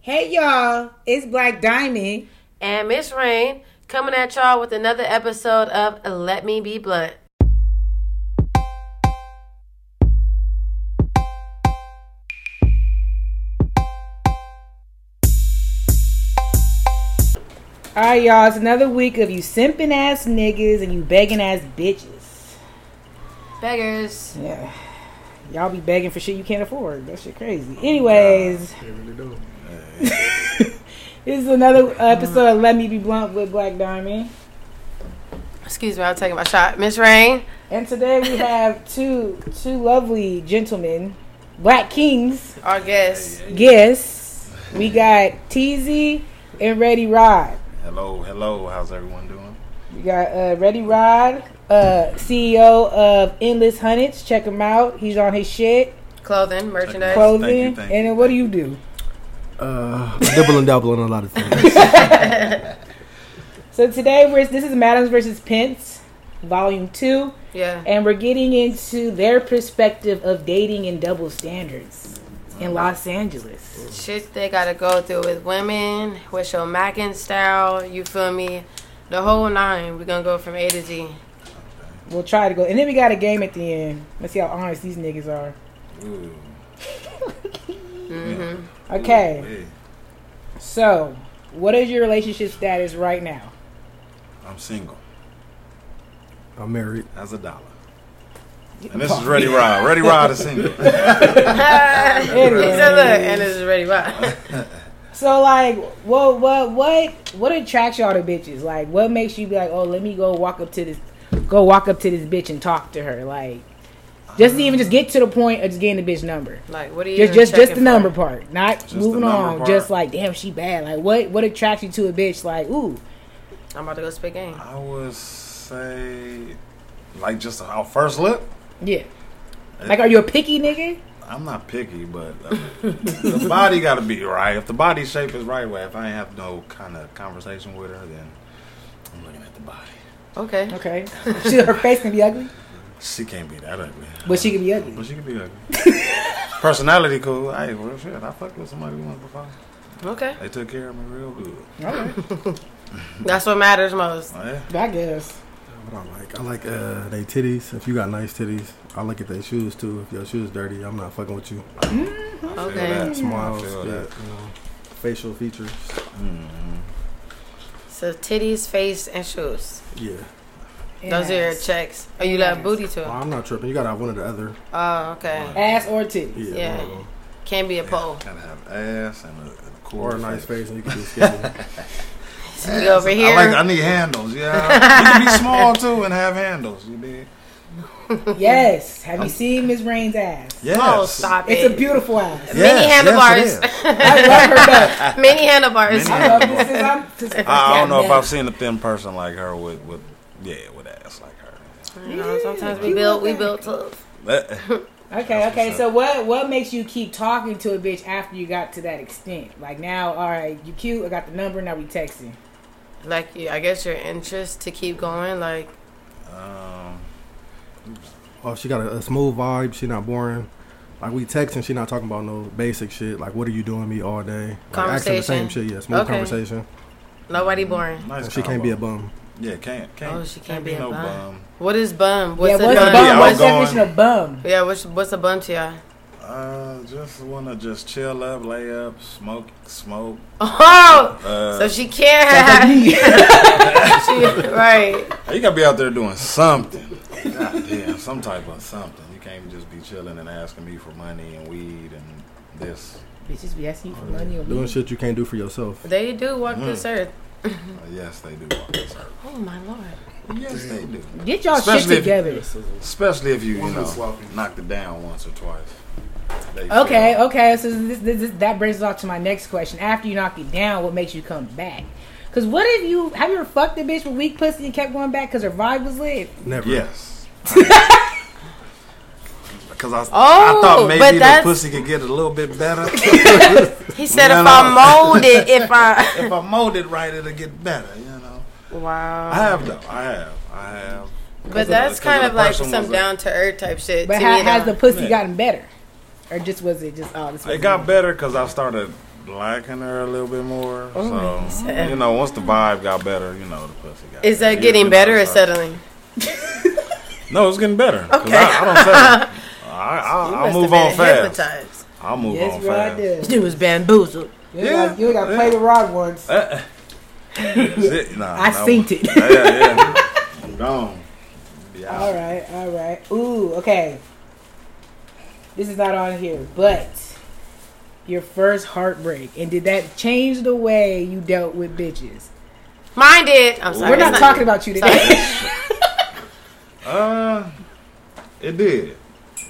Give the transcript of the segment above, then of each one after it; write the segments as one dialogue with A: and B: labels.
A: Hey y'all, it's Black Diamond.
B: and Miss Rain coming at y'all with another episode of Let Me Be Blunt.
A: All right, y'all, it's another week of you simping ass niggas and you begging ass bitches.
B: Beggars.
A: Yeah, y'all be begging for shit you can't afford. That shit crazy. Anyways,
C: They really do.
A: this is another episode of Let Me Be Blunt with Black Diamond,
B: Excuse me, I'm taking my shot. Miss Rain.
A: and today we have two two lovely gentlemen, Black Kings.
B: Our guest.
A: Yes, we got TZ and Ready Rod.
C: Hello, hello. How's everyone doing?
A: We got uh, Ready Rod, uh, CEO of Endless Hunteds. Check him out. He's on his shit,
B: Clothing, merchandise.
A: clothing.
C: Thank you, thank you,
A: and then what do you do?
D: Uh, dibble and dabble on a lot of things.
A: So today we're this is Madams versus Pence, Volume Two,
B: Yeah.
A: and we're getting into their perspective of dating and double standards in Los Angeles.
B: Shit they gotta go through with women, with your Mackin style, you feel me? The whole nine. We're gonna go from A to Z.
A: We'll try to go, and then we got a game at the end. Let's see how honest these niggas are.
C: Ooh.
B: Mm-hmm.
A: Okay,
C: Ooh, hey.
A: so what is your relationship status right now?
C: I'm single.
D: I'm married.
C: That's a dollar. And this is Ready Rod. Ready Rod is single.
B: he said, look, and this is ready. Bye.
A: So like, what, what, what, what attracts y'all to bitches? Like, what makes you be like, oh, let me go walk up to this, go walk up to this bitch and talk to her? Like, just to even just get to the point of just getting the bitch number.
B: like, what are you
A: Just,
B: even
A: just, just
B: checking
A: the number
B: for?
A: part, not
C: Just the
A: moving
C: number
A: on.
C: part.
A: Just like, damn, she bad. Like, what, what attracts you to a bitch? Like, ooh,
B: I'm about to go spit game.
C: I would say, like, just our first look.
A: yeah. Like, are you a picky nigga?
C: I'm not picky, but uh, the body got to be right. If the body shape is right, well, if I ain't have no kind of conversation with her, then I'm looking at the body.
B: Okay.
A: Okay, she, her face can be ugly,
C: She can't be that ugly.
A: but she can be ugly.
C: But she can be ugly. Personality cool. Hey, well, shit, I fucked with somebody once before.
B: Okay.
C: They took care of me real good.
A: Okay,
B: That's what matters most.
C: Oh, yeah.
A: I guess.
D: What I like, I like uh, they titties. If you got nice titties, I look at their shoes too. If your shoes dirty, I'm not fucking with you.
C: I feel
B: Okay.
C: that.
D: Smiles,
C: I feel
D: yeah,
C: that.
D: you know, facial features.
C: Mhm.
B: So titties, face, and shoes.
D: Yeah,
B: Those are your
A: Yes.
B: checks. Oh, you left booty too.
D: well, I'm not tripping. You gotta have one or the other.
B: Oh, okay.
A: ass or titty.
D: Yeah,
B: Yeah.
D: one of them.
B: Can't be a pole.
C: Gotta have ass and a, and a cool
D: or a nice face, and you can be skinny.
B: So you over
C: I,
B: here.
C: like, I need handles, yeah. you can be small too and have handles, you dig?
B: Oh,
A: Yes. Have you seen Miss Rain's ass?
C: Yes.
B: Oh, stop
A: It's a
B: it.
A: beautiful ass.
D: Yes, yes,
B: Mini
D: it
B: handlebars.
D: is.
A: I love her butt.
B: Mini handlebars.
C: Mini-
A: I love this. Since I'm, since
C: I don't know if I've seen a thin person like her with, with yeah, with ass like her.
B: You know, sometimes we
A: Yeah,
B: build, we
A: okay.
B: build tough.
C: That-
A: Okay,
C: That's
A: okay.
C: what's
A: So what what makes you keep talking to a bitch after you got to that extent? Like now, all right, you cute. I got the number. Now we texting.
B: Like, you- I guess your interest to keep going. Like,
C: um,
D: Oh, she got a, a smooth vibe. She not boring. Like we texting, she not talking about no basic shit. Like what are you doing me all day? Like, asking the
B: Conversation.
D: same shit. Yeah, smooth
B: Okay.
D: conversation.
B: nobody boring.
C: nice
D: And she can't be a
C: combo.
D: bum.
C: Yeah, can't can't.
B: Oh, she can't be a
C: no
B: bum.
C: bum.
B: What is bum? What's
A: yeah, what's
B: a
A: bum?
B: bum?
C: Yeah,
A: what's the
C: outgoing.
A: definition of bum?
B: Yeah, what's, what's a bum to y'all?
C: Uh, just wanna just chill up, lay up, smoke, smoke.
B: Oh!
C: Uh,
B: So she can't have. she, right.
C: you gotta be out there doing something. God damn, some type of something. You can't just be chilling and asking me for money and weed and this.
A: Bitches be asking you for money or
D: Doing
A: me.
D: shit you can't do for yourself.
B: They do walk this earth.
C: Uh, yes, they do walk this earth.
B: Oh, my Lord.
C: Yes, they do.
A: Get y'all
C: Especially
A: shit
C: if-
A: together.
C: Especially if you, you know, knocked it down once or twice. They
A: Okay,
C: feel-
A: okay. So this, this, this, that brings us off to my next question. After you knock it down, what makes you come back? Cause what if you have you ever fucked a bitch with weak pussy and kept going back because her vibe was lit?
D: Never.
C: Yes. Because I,
B: Oh,
C: I thought
B: but
C: maybe the
B: that's-
C: pussy could get a little bit better.
B: He said,
C: No,
B: if
C: no.
B: I mold it, if I.
C: if I mold it right, it'll get better, you know.
B: Wow.
C: I have though. I have. I have.
B: But that's kind of like some
C: down.
B: down to earth type shit.
A: But
B: to
A: how
B: me,
A: has
B: though.
A: the pussy
C: Yeah.
A: gotten better, or just was it just oh this?
C: It
A: was
C: got better because I started black in her a little bit more.
B: Oh, my
C: so
B: God.
C: you know, once the vibe got better, you know, the pussy got.
B: Is that
C: better.
B: getting
C: Yeah,
B: better or
C: that's right.
B: settling?
C: No, it's getting better. 'cause
B: Okay.
C: I, I don't settle. I, I, I'll move on fast.
B: Hypnotized.
C: I'll move
A: Yes,
C: on
A: bro, I
C: fast.
A: did.
B: She was bamboozled.
A: You
C: Yeah,
A: yeah, like, you got
C: yeah.
A: played the rod once.
C: Uh, that's it. Nah,
A: I
C: that
A: synced it.
C: one- Yeah, yeah. I'm gone. Yeah.
A: All right, all right. Ooh, okay. This is not on here, but your first heartbreak, and did that change the way you dealt with bitches?
B: Mine did. I'm sorry.
A: We're not
B: it's
A: talking about you today.
C: Uh, it did.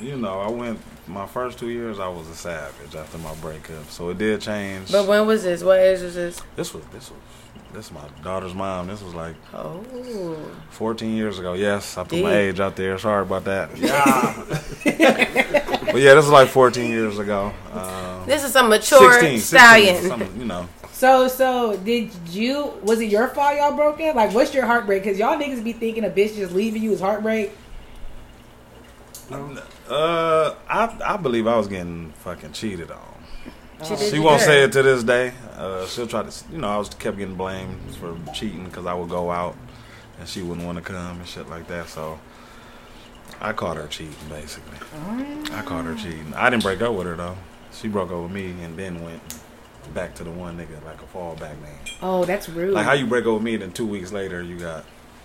C: You know, I went my first two years. I was a savage after my breakup, so it did change.
B: But when was this? What age was this?
C: this was this was this my daughter's mom. This was like
B: Oh,
C: 14 years ago. Yes, I put my
B: Dang.
C: age out there. Sorry about that. Yeah. but yeah, this was like 14 years ago. Um,
B: this is a mature
C: 16, 16,
B: stallion.
C: something, you know.
A: so, so did you? Was it your fault y'all broke up? Like, what's your heartbreak? Because y'all niggas be thinking a bitch just leaving you is heartbreak.
C: Uh, I I believe I was getting fucking cheated on.
B: She, did
C: She
B: you
C: won't
B: good.
C: say it to this day. Uh, she'll try to, you know, I was kept getting blamed for cheating because I would go out and she wouldn't want to come and shit like that. So I caught her cheating, basically. I caught her cheating. I didn't break up with her though. She broke up with me and then went back to the one nigga like a fallback man.
A: Oh, that's rude.
C: Like how you break up with me and then two weeks later you got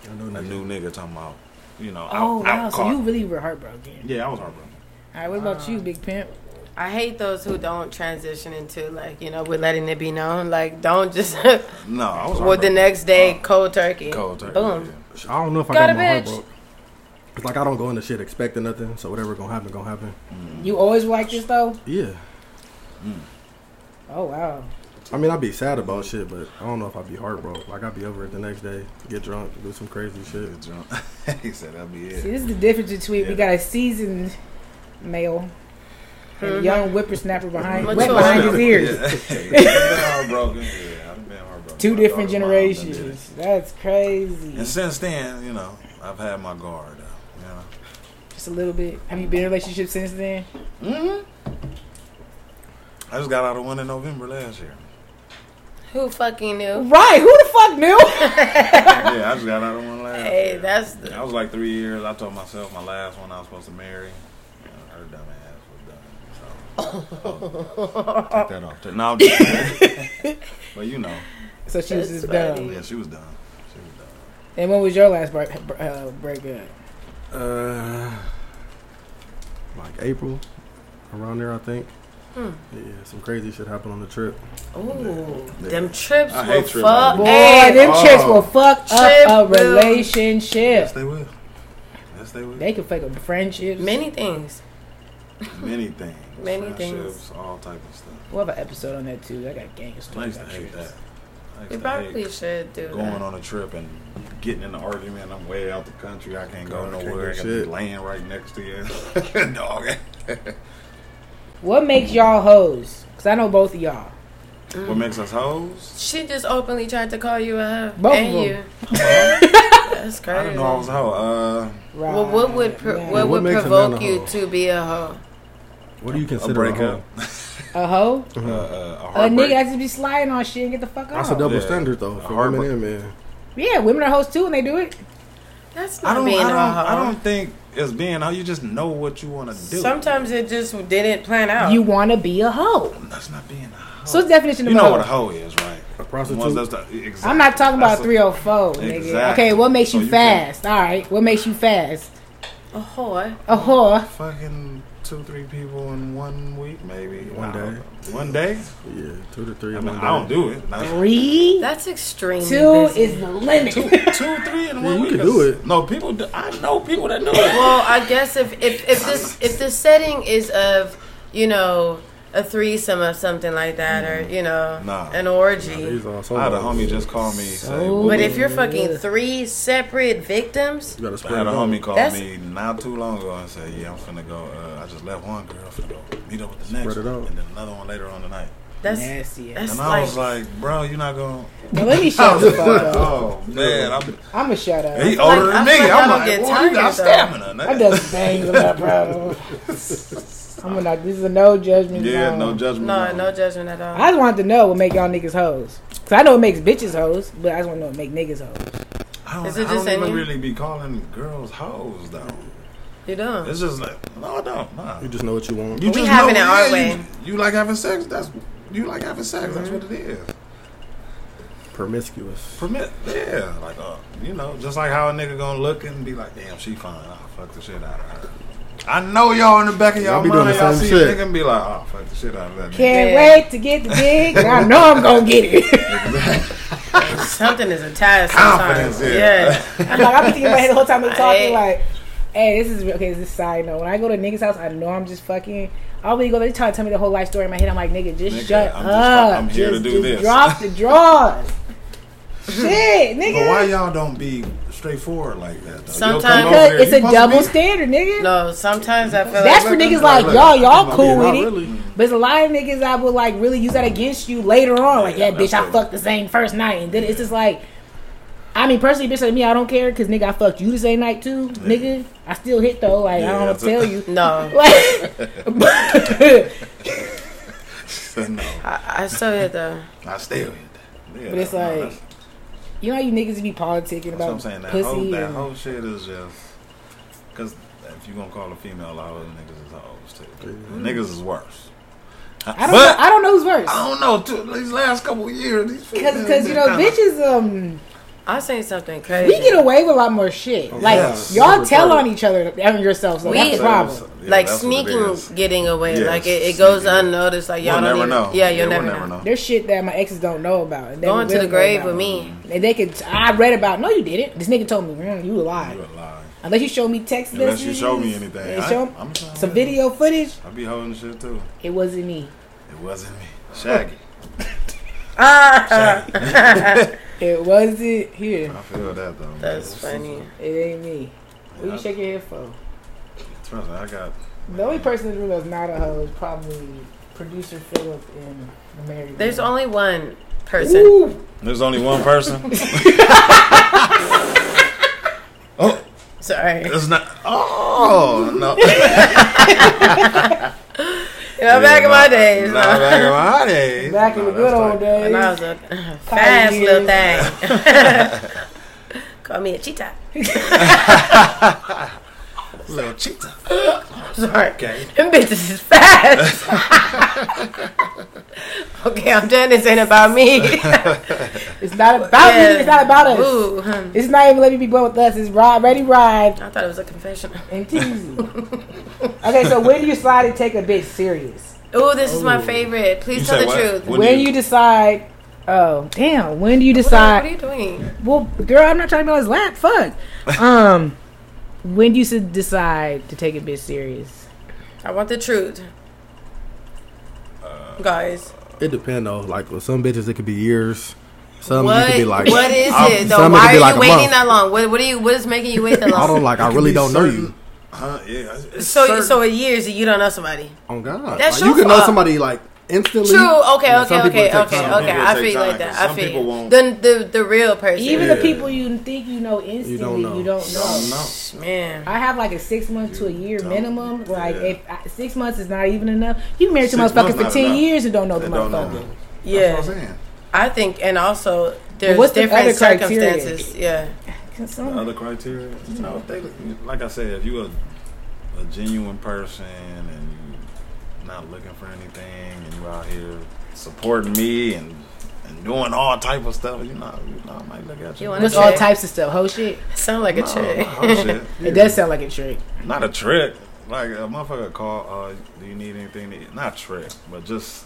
D: I know
C: a
D: nothing.
C: new nigga talking about, you know,
A: oh
C: out,
A: wow,
C: out
A: so
C: caught.
A: you really were heartbroken.
C: yeah, I was heartbroken.
A: All right, what about you, big pimp?
B: I hate those who don't transition into like you know with letting it be known. Like don't just
C: No, I
B: well
C: was.
B: the
C: heartbroken.
B: next day cold turkey.
C: Uh, cold turkey.
B: Boom.
C: yeah.
D: I don't know if I
B: Got
D: got,
B: a
D: my heart
B: bitch.
D: broke. It's like I don't go into shit expecting nothing, so whatever gonna happen, gonna happen.
A: You always were like this though.
D: Yeah.
A: Oh wow.
D: I mean, I'd be sad about shit, but I don't know if I'd be heartbroken. Like, I'd be over it the next day, get drunk, do some crazy shit.
C: Good jump. he said that'd be it.
A: See, this is the difference between we
C: Yeah.
A: got a seasoned male and a young whippersnapper behind, wet
B: Mature.
A: behind his ears.
C: Yeah. I've been heartbroken. Yeah, I've been heartbroken.
A: Two
C: My
A: different
C: daughter, my mom, I did
A: generations. That's
C: it. And
A: crazy.
C: since then, you know, I've had my guard up. You know,
A: Just a little bit. Have you been in a relationship since then?
C: I just got out of one in November last year.
B: Who fucking knew?
A: Right. Who the fuck knew?
C: yeah, I just got out of one last.
B: Hey,
C: year.
B: that's
C: Yeah,
B: the,
C: I was like three years. I told myself my last one I was supposed to marry. and Her dumb ass was done. So, oh, take that off. too. No, I'm just- but you know,
A: So she was
B: That's
A: just
B: funny.
A: dumb.
C: yeah, she was done. She was done.
A: And when was your last break, uh, breakup?
D: Uh, like April, around there, I think.
B: Hmm.
D: Yeah, some crazy shit happened on the trip.
B: ooh
C: Yeah.
B: them trips
C: I
B: were
C: hate trips.
B: fuck.
A: Boy,
B: Hey,
A: them
C: oh.
A: chicks will fuck up
B: Trip,
A: a
B: dude.
A: relationship.
C: Yes, they will. Yes, they will.
A: They can fuck up friendships.
B: many things.
C: Many things.
B: Many
C: friendships, All type of stuff.
A: We'll have an episode on that too. I got gang of
C: I
A: stories
C: used to
A: about
C: hate
A: trips.
C: that. I used
B: We
C: to
B: probably
C: hate
B: should do
C: going
B: that.
C: on a trip and getting in an argument. I'm way out the country. I can't go
D: God, I can't
C: nowhere. I
D: do
C: gotta be
D: shit.
C: laying right next to you. Dog.
A: What makes y'all hoes? Because I know both of y'all. Mm.
C: What makes us hoes?
B: She just openly tried to call you a hoe.
A: Both of
B: and
A: them.
B: you. That's crazy.
C: I didn't know I was a hoe. Uh,
A: Right.
B: Well, what would pro-
A: Yeah.
B: what,
D: What
B: would
D: makes a
B: provoke
D: man a
B: you
D: hoe?
B: to be a hoe?
D: What do you
C: a
D: consider a
C: breakup.
D: hoe?
A: a hoe?
C: Uh, uh, a
A: A
C: heartbreak.
A: nigga has to be sliding on shit and get the fuck
D: That's
A: off.
D: a double
C: Yeah.
D: standard, though, for
C: Heartbreak.
D: women and men.
A: yeah, women are hoes too, and they do it.
B: That's
C: I
B: not
C: don't.
B: being
C: I don't.
B: a hoe.
C: I don't think it's being a hoe. You just know what you want to do.
B: Sometimes it just didn't plan out.
A: You want to be a hoe.
C: that's not being a hoe.
A: So it's definition of
C: you know
A: a
C: what a
A: hoe.
C: hoe is, right?
D: A
C: The ones
D: prostitute.
C: that's the- exactly.
A: I'm not talking about
C: That's a-
A: 304, nigga.
C: Exactly.
A: Okay, what makes
C: So
A: you
C: you can-
A: fast? All right, what makes you fast?
B: a whore.
A: A whore.
C: Fucking two, three people in one week, maybe.
D: One
C: I don't
D: day.
C: know. One day.
D: yeah, two to three.
C: I
D: in
C: mean,
D: one
C: I don't
D: day.
C: do it. No.
A: Three,
B: That's extremely
A: two
B: busy.
A: is the limit.
C: two, two, three in one
D: you
C: week.
D: can
C: is-
D: do it.
C: No, people. Do, I know people that do it.
B: Well, I guess if, if, if this if the setting is of you know a threesome or something like that, or you know
C: Nah.
B: an orgy.
D: These are so
C: I had a
D: low.
C: homie just call me.
A: So-
C: say, "Woo-"
B: but if you're
A: Yeah.
B: fucking three separate victims,
D: You gotta
C: I
D: spread
C: had a
D: it out.
C: homie call
B: That's-
C: me not too long ago and said, "Yeah, I'm finna go. Uh, I just left one girl. I'm finna go meet up with the next,
D: Spread it
C: one,
D: out.
C: and then another one later on tonight."
B: that's
A: Nasty.
B: that's
C: And I
B: like,
C: was like, "Bro, you're not gonna."
A: Now, let me shut the fuck up.
C: Oh man, I'm,
A: I'm gonna shut up.
C: he
B: feel like-
C: older
B: I
C: than
B: feel
C: me.
B: like I
C: I'm
B: don't
C: like,
B: get
C: "Boy, you
B: tired,
C: got
B: though."
C: stamina."
A: I
C: nigga."
A: just bang with that problem. I'm gonna, this is a no judgment.
C: Yeah,
A: zone.
C: no judgment.
B: No,
C: zone.
B: no judgment at all.
A: I just wanted to know what make y'all niggas hoes. Cause I know it makes bitches hoes, but I just want to know what make niggas hoes.
C: I don't,
B: Is it
C: I
B: just
C: don't even
B: any-
C: really be calling girls hoes though.
B: you done.
C: It's just like no, I don't. Nah.
D: You just know what you want.
C: You
B: We having it our
C: you-
B: way.
C: You, like having sex? That's you like having sex. That's what it is.
D: Promiscuous.
C: Permit, yeah, like uh, you know, just like how a nigga gonna look and be like, damn, she fine. I'll fuck the shit out of her. I know y'all in the back of y'all
D: Y'all be doing
C: mind,
D: the
C: y'all
D: same
C: see a
D: shit.
C: nigga and be like, oh, fuck the shit out of that. nigga.
A: Can't
B: Yeah.
A: wait to get the dick. and I know I'm gonna get it.
B: Something is attached.
C: Confidence,
B: Sometimes.
C: yeah.
B: Yeah.
A: I'm like, I'm thinking in my head the whole time I'm talking.
B: Right.
A: Like, hey, this is okay. This is a side note. When I go to niggas house, I know I'm just fucking. All they go, they try to tell me the whole life story in my head. I'm like, nigga, just
C: Nigga,
A: shut
C: I'm just-
A: up.
C: I'm here to
A: Just-
C: do
A: just
C: this.
A: Drop the drawers. Shit, nigga.
C: But why y'all don't be straightforward like that? Though? You'll come
B: Sometimes-
C: over
A: Because
C: here,
A: it's
C: you
A: a
C: supposed to
A: double
C: be-
A: standard, nigga.
B: No, sometimes I feel
A: That's
B: like
A: for niggas like
C: look,
A: y'all. Y'all
C: I'm
A: cool
D: Yeah,
A: with
D: not
A: it.
D: really.
A: But it's a lot of niggas that would like really use that against you later on. Like,
C: Yeah,
A: yeah, bitch, I
C: absolutely.
A: fucked the same first night, and then it's just like, I mean, personally, bitch, like me, I don't care because nigga, I fucked you the same night too, nigga. I still hit though. Like, I
C: Yeah,
A: don't want
C: that's
A: to
C: a-
A: tell you.
B: no.
A: Like,
C: Said no,
B: I, I still hit though.
C: I still hit that. Yeah,
A: But it's
C: no,
A: like,
C: that's,
A: you know, how you niggas be politicking
C: that's what I'm
A: about
C: saying. That whole
A: pussy.
C: that
A: and-
C: whole shit is just because if you gonna call a female a hoe, niggas is hoes too. Niggas is worse.
A: I don't.
C: but
A: know, I don't know who's worse.
C: I don't know. Too, these last couple of years, these
A: Cause,
C: females
A: cause you know,
C: been kinda-
A: bitches. Um,
B: I seen something crazy.
A: we get away with a lot more
C: Oh,
A: shit. Like
D: yeah,
A: y'all
D: super
A: tell
D: retarded.
A: on each other and yourselves. So
B: We-
A: that's the problem.
C: Yeah,
B: like
C: that's what it
B: sneaking,
C: is.
B: getting away.
C: Yes,
B: like it, it goes
C: sneaking.
B: unnoticed. Like y'all
C: We'll
B: don't
C: never
B: even,
C: know.
B: Yeah, you'll
C: we'll
B: never, know.
A: There's shit that my exes don't know about. and they
B: Going to
A: will
B: the
A: know
B: grave
A: about.
B: with me.
A: And they could. I read about. No, you didn't. This nigga told me mm, you a lie.
C: You a lie.
A: Unless you show me text
C: Unless
A: messages.
C: you show me anything,
A: and
C: I,
A: show
C: I'm trying
A: some
C: to-
A: video footage.
C: I be holding shit too.
A: It wasn't me.
C: It wasn't me. Shaggy. Mm.
B: Ah,
A: It wasn't here.
C: I feel that though.
B: that's funny.
A: It ain't me. What
C: Yeah,
A: you shake your head for?
C: Trust me, I got.
A: The only person in the room that's not a hoe is probably producer Philip and the married.
B: There's
A: man.
B: only one person.
A: Ooh,
C: There's only one person. oh,
B: Sorry.
C: it's not. Oh no.
B: You know, back in my days,
C: Nah,
B: nah,
C: back in my days.
A: back in
C: Nah,
A: the good
C: that's
A: old
C: like-
A: days.
B: when I was a fast little thing. Call me a cheetah.
C: Little cheetah.
B: Sorry.
C: Okay.
B: Them bitches is fast. okay, I'm done. This ain't about me.
A: It's not about me. It's not about us.
B: Oooo. I
A: It's not even let me be blunt with us. It's Rod, Ready Ride,
B: thought it was a confession.
A: and Teasy. okay, so when do you decide to take a bitch serious?
B: Ooh, this is my favorite. Please
C: You
B: tell
C: say
B: the
C: what?
B: truth.
A: When,
C: What When do
A: you,
C: you-
A: decide, oh damn, when do you
B: What are, what are
A: decide?
B: you doing?
A: Well, girl, I'm not trying to be on his lap. Fuck. Um, when do you s- decide to take a bitch serious?
B: I want the truth.
D: Uh,
B: Guys,
D: It depends though. Like with some bitches, it could be years. Some
B: what,
D: you could be like,
B: what is
D: I'm-
B: it though?
D: some could
B: Why
D: be
B: are
D: like
B: you
D: a
B: waiting
D: month.
B: that long? What, what are you? What is making you wait that long?
D: I don't like. I really don't know you.
C: Huh? Uh, Yeah. it's- it's
B: so,
C: certain-
B: so it years that you don't know somebody.
C: Oh,
D: On God,
B: That's
D: like, you
B: your
D: can know
B: fault.
D: somebody like instantly.
B: True. Okay.
D: And
B: Okay.
D: some people
B: Okay.
D: it takes
B: Okay.
D: time.
C: Some
B: Okay.
C: people
B: I
C: it takes
B: feel like
C: time,
B: that.
C: 'cause
B: I
C: some
B: feel
C: people won't-
B: the the the real person.
A: Even the
D: Yeah.
A: people you think you know instantly, you don't know.
D: know.
C: Don't know.
B: man.
A: I have like a six month to a year
C: don't.
A: minimum. Like
C: Yeah.
A: if I, six months is not even enough, you married to
C: Six
A: motherfucker
C: months
A: for
C: not
A: ten
C: enough.
A: years and don't know
C: They
A: the
C: don't know.
A: motherfucker.
C: That's what
B: Yeah.
C: I'm saying.
B: I think, and also there's
A: what's the
B: different
A: other criteria?
B: circumstances. Yeah.
C: The
A: Some-
C: other criteria, you know, if they, like I said, if you a a genuine person and you not looking for anything and you out here supporting me and and doing all type of stuff, you know, you know, I might look at you.
B: You wanna
A: What's
C: No,
B: check?
A: all types of stuff? Whole shit.
B: Sound like a
C: no,
B: chick.
C: oh, shit.
A: It does sound like a trick.
C: Not a trick. Like a motherfucker call, uh, do you need anything to eat? Not trick, but just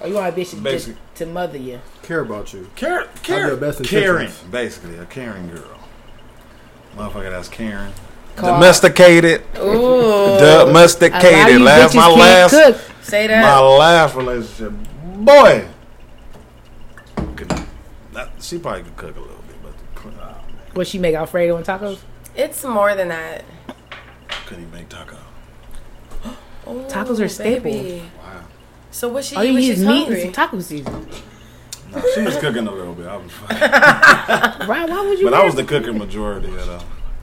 A: Or you want a bitch to,
C: Basic.
A: to, to mother you?
D: Care about you.
C: care,
D: Have
C: care,
D: your best
C: caring,
D: intentions.
C: basically a caring girl. Motherfucker that's caring.
A: Call- Oh.
C: Domesticated,
B: Ooh.
A: A lot of
C: domesticated.
A: you
C: Last
A: bitches
C: my
A: can't
C: last
A: cook.
B: Say
C: my
B: that.
C: last relationship, boy. Could, that, she probably could cook a little bit, but cl- oh, man,
A: What she make Alfredo and tacos?
B: It's more than that.
C: couldn't even make taco.
B: Ooh,
A: Tacos are staple.
B: baby.
C: Wow.
B: So what she
A: All
B: eat
A: you
B: when
A: need is
B: she's
A: meat and some
B: hungry?
A: taco season.
C: No, she was cooking a little bit. I was,
A: Right? Why would you?
C: but I was the
A: ever-
C: cooking majority of though.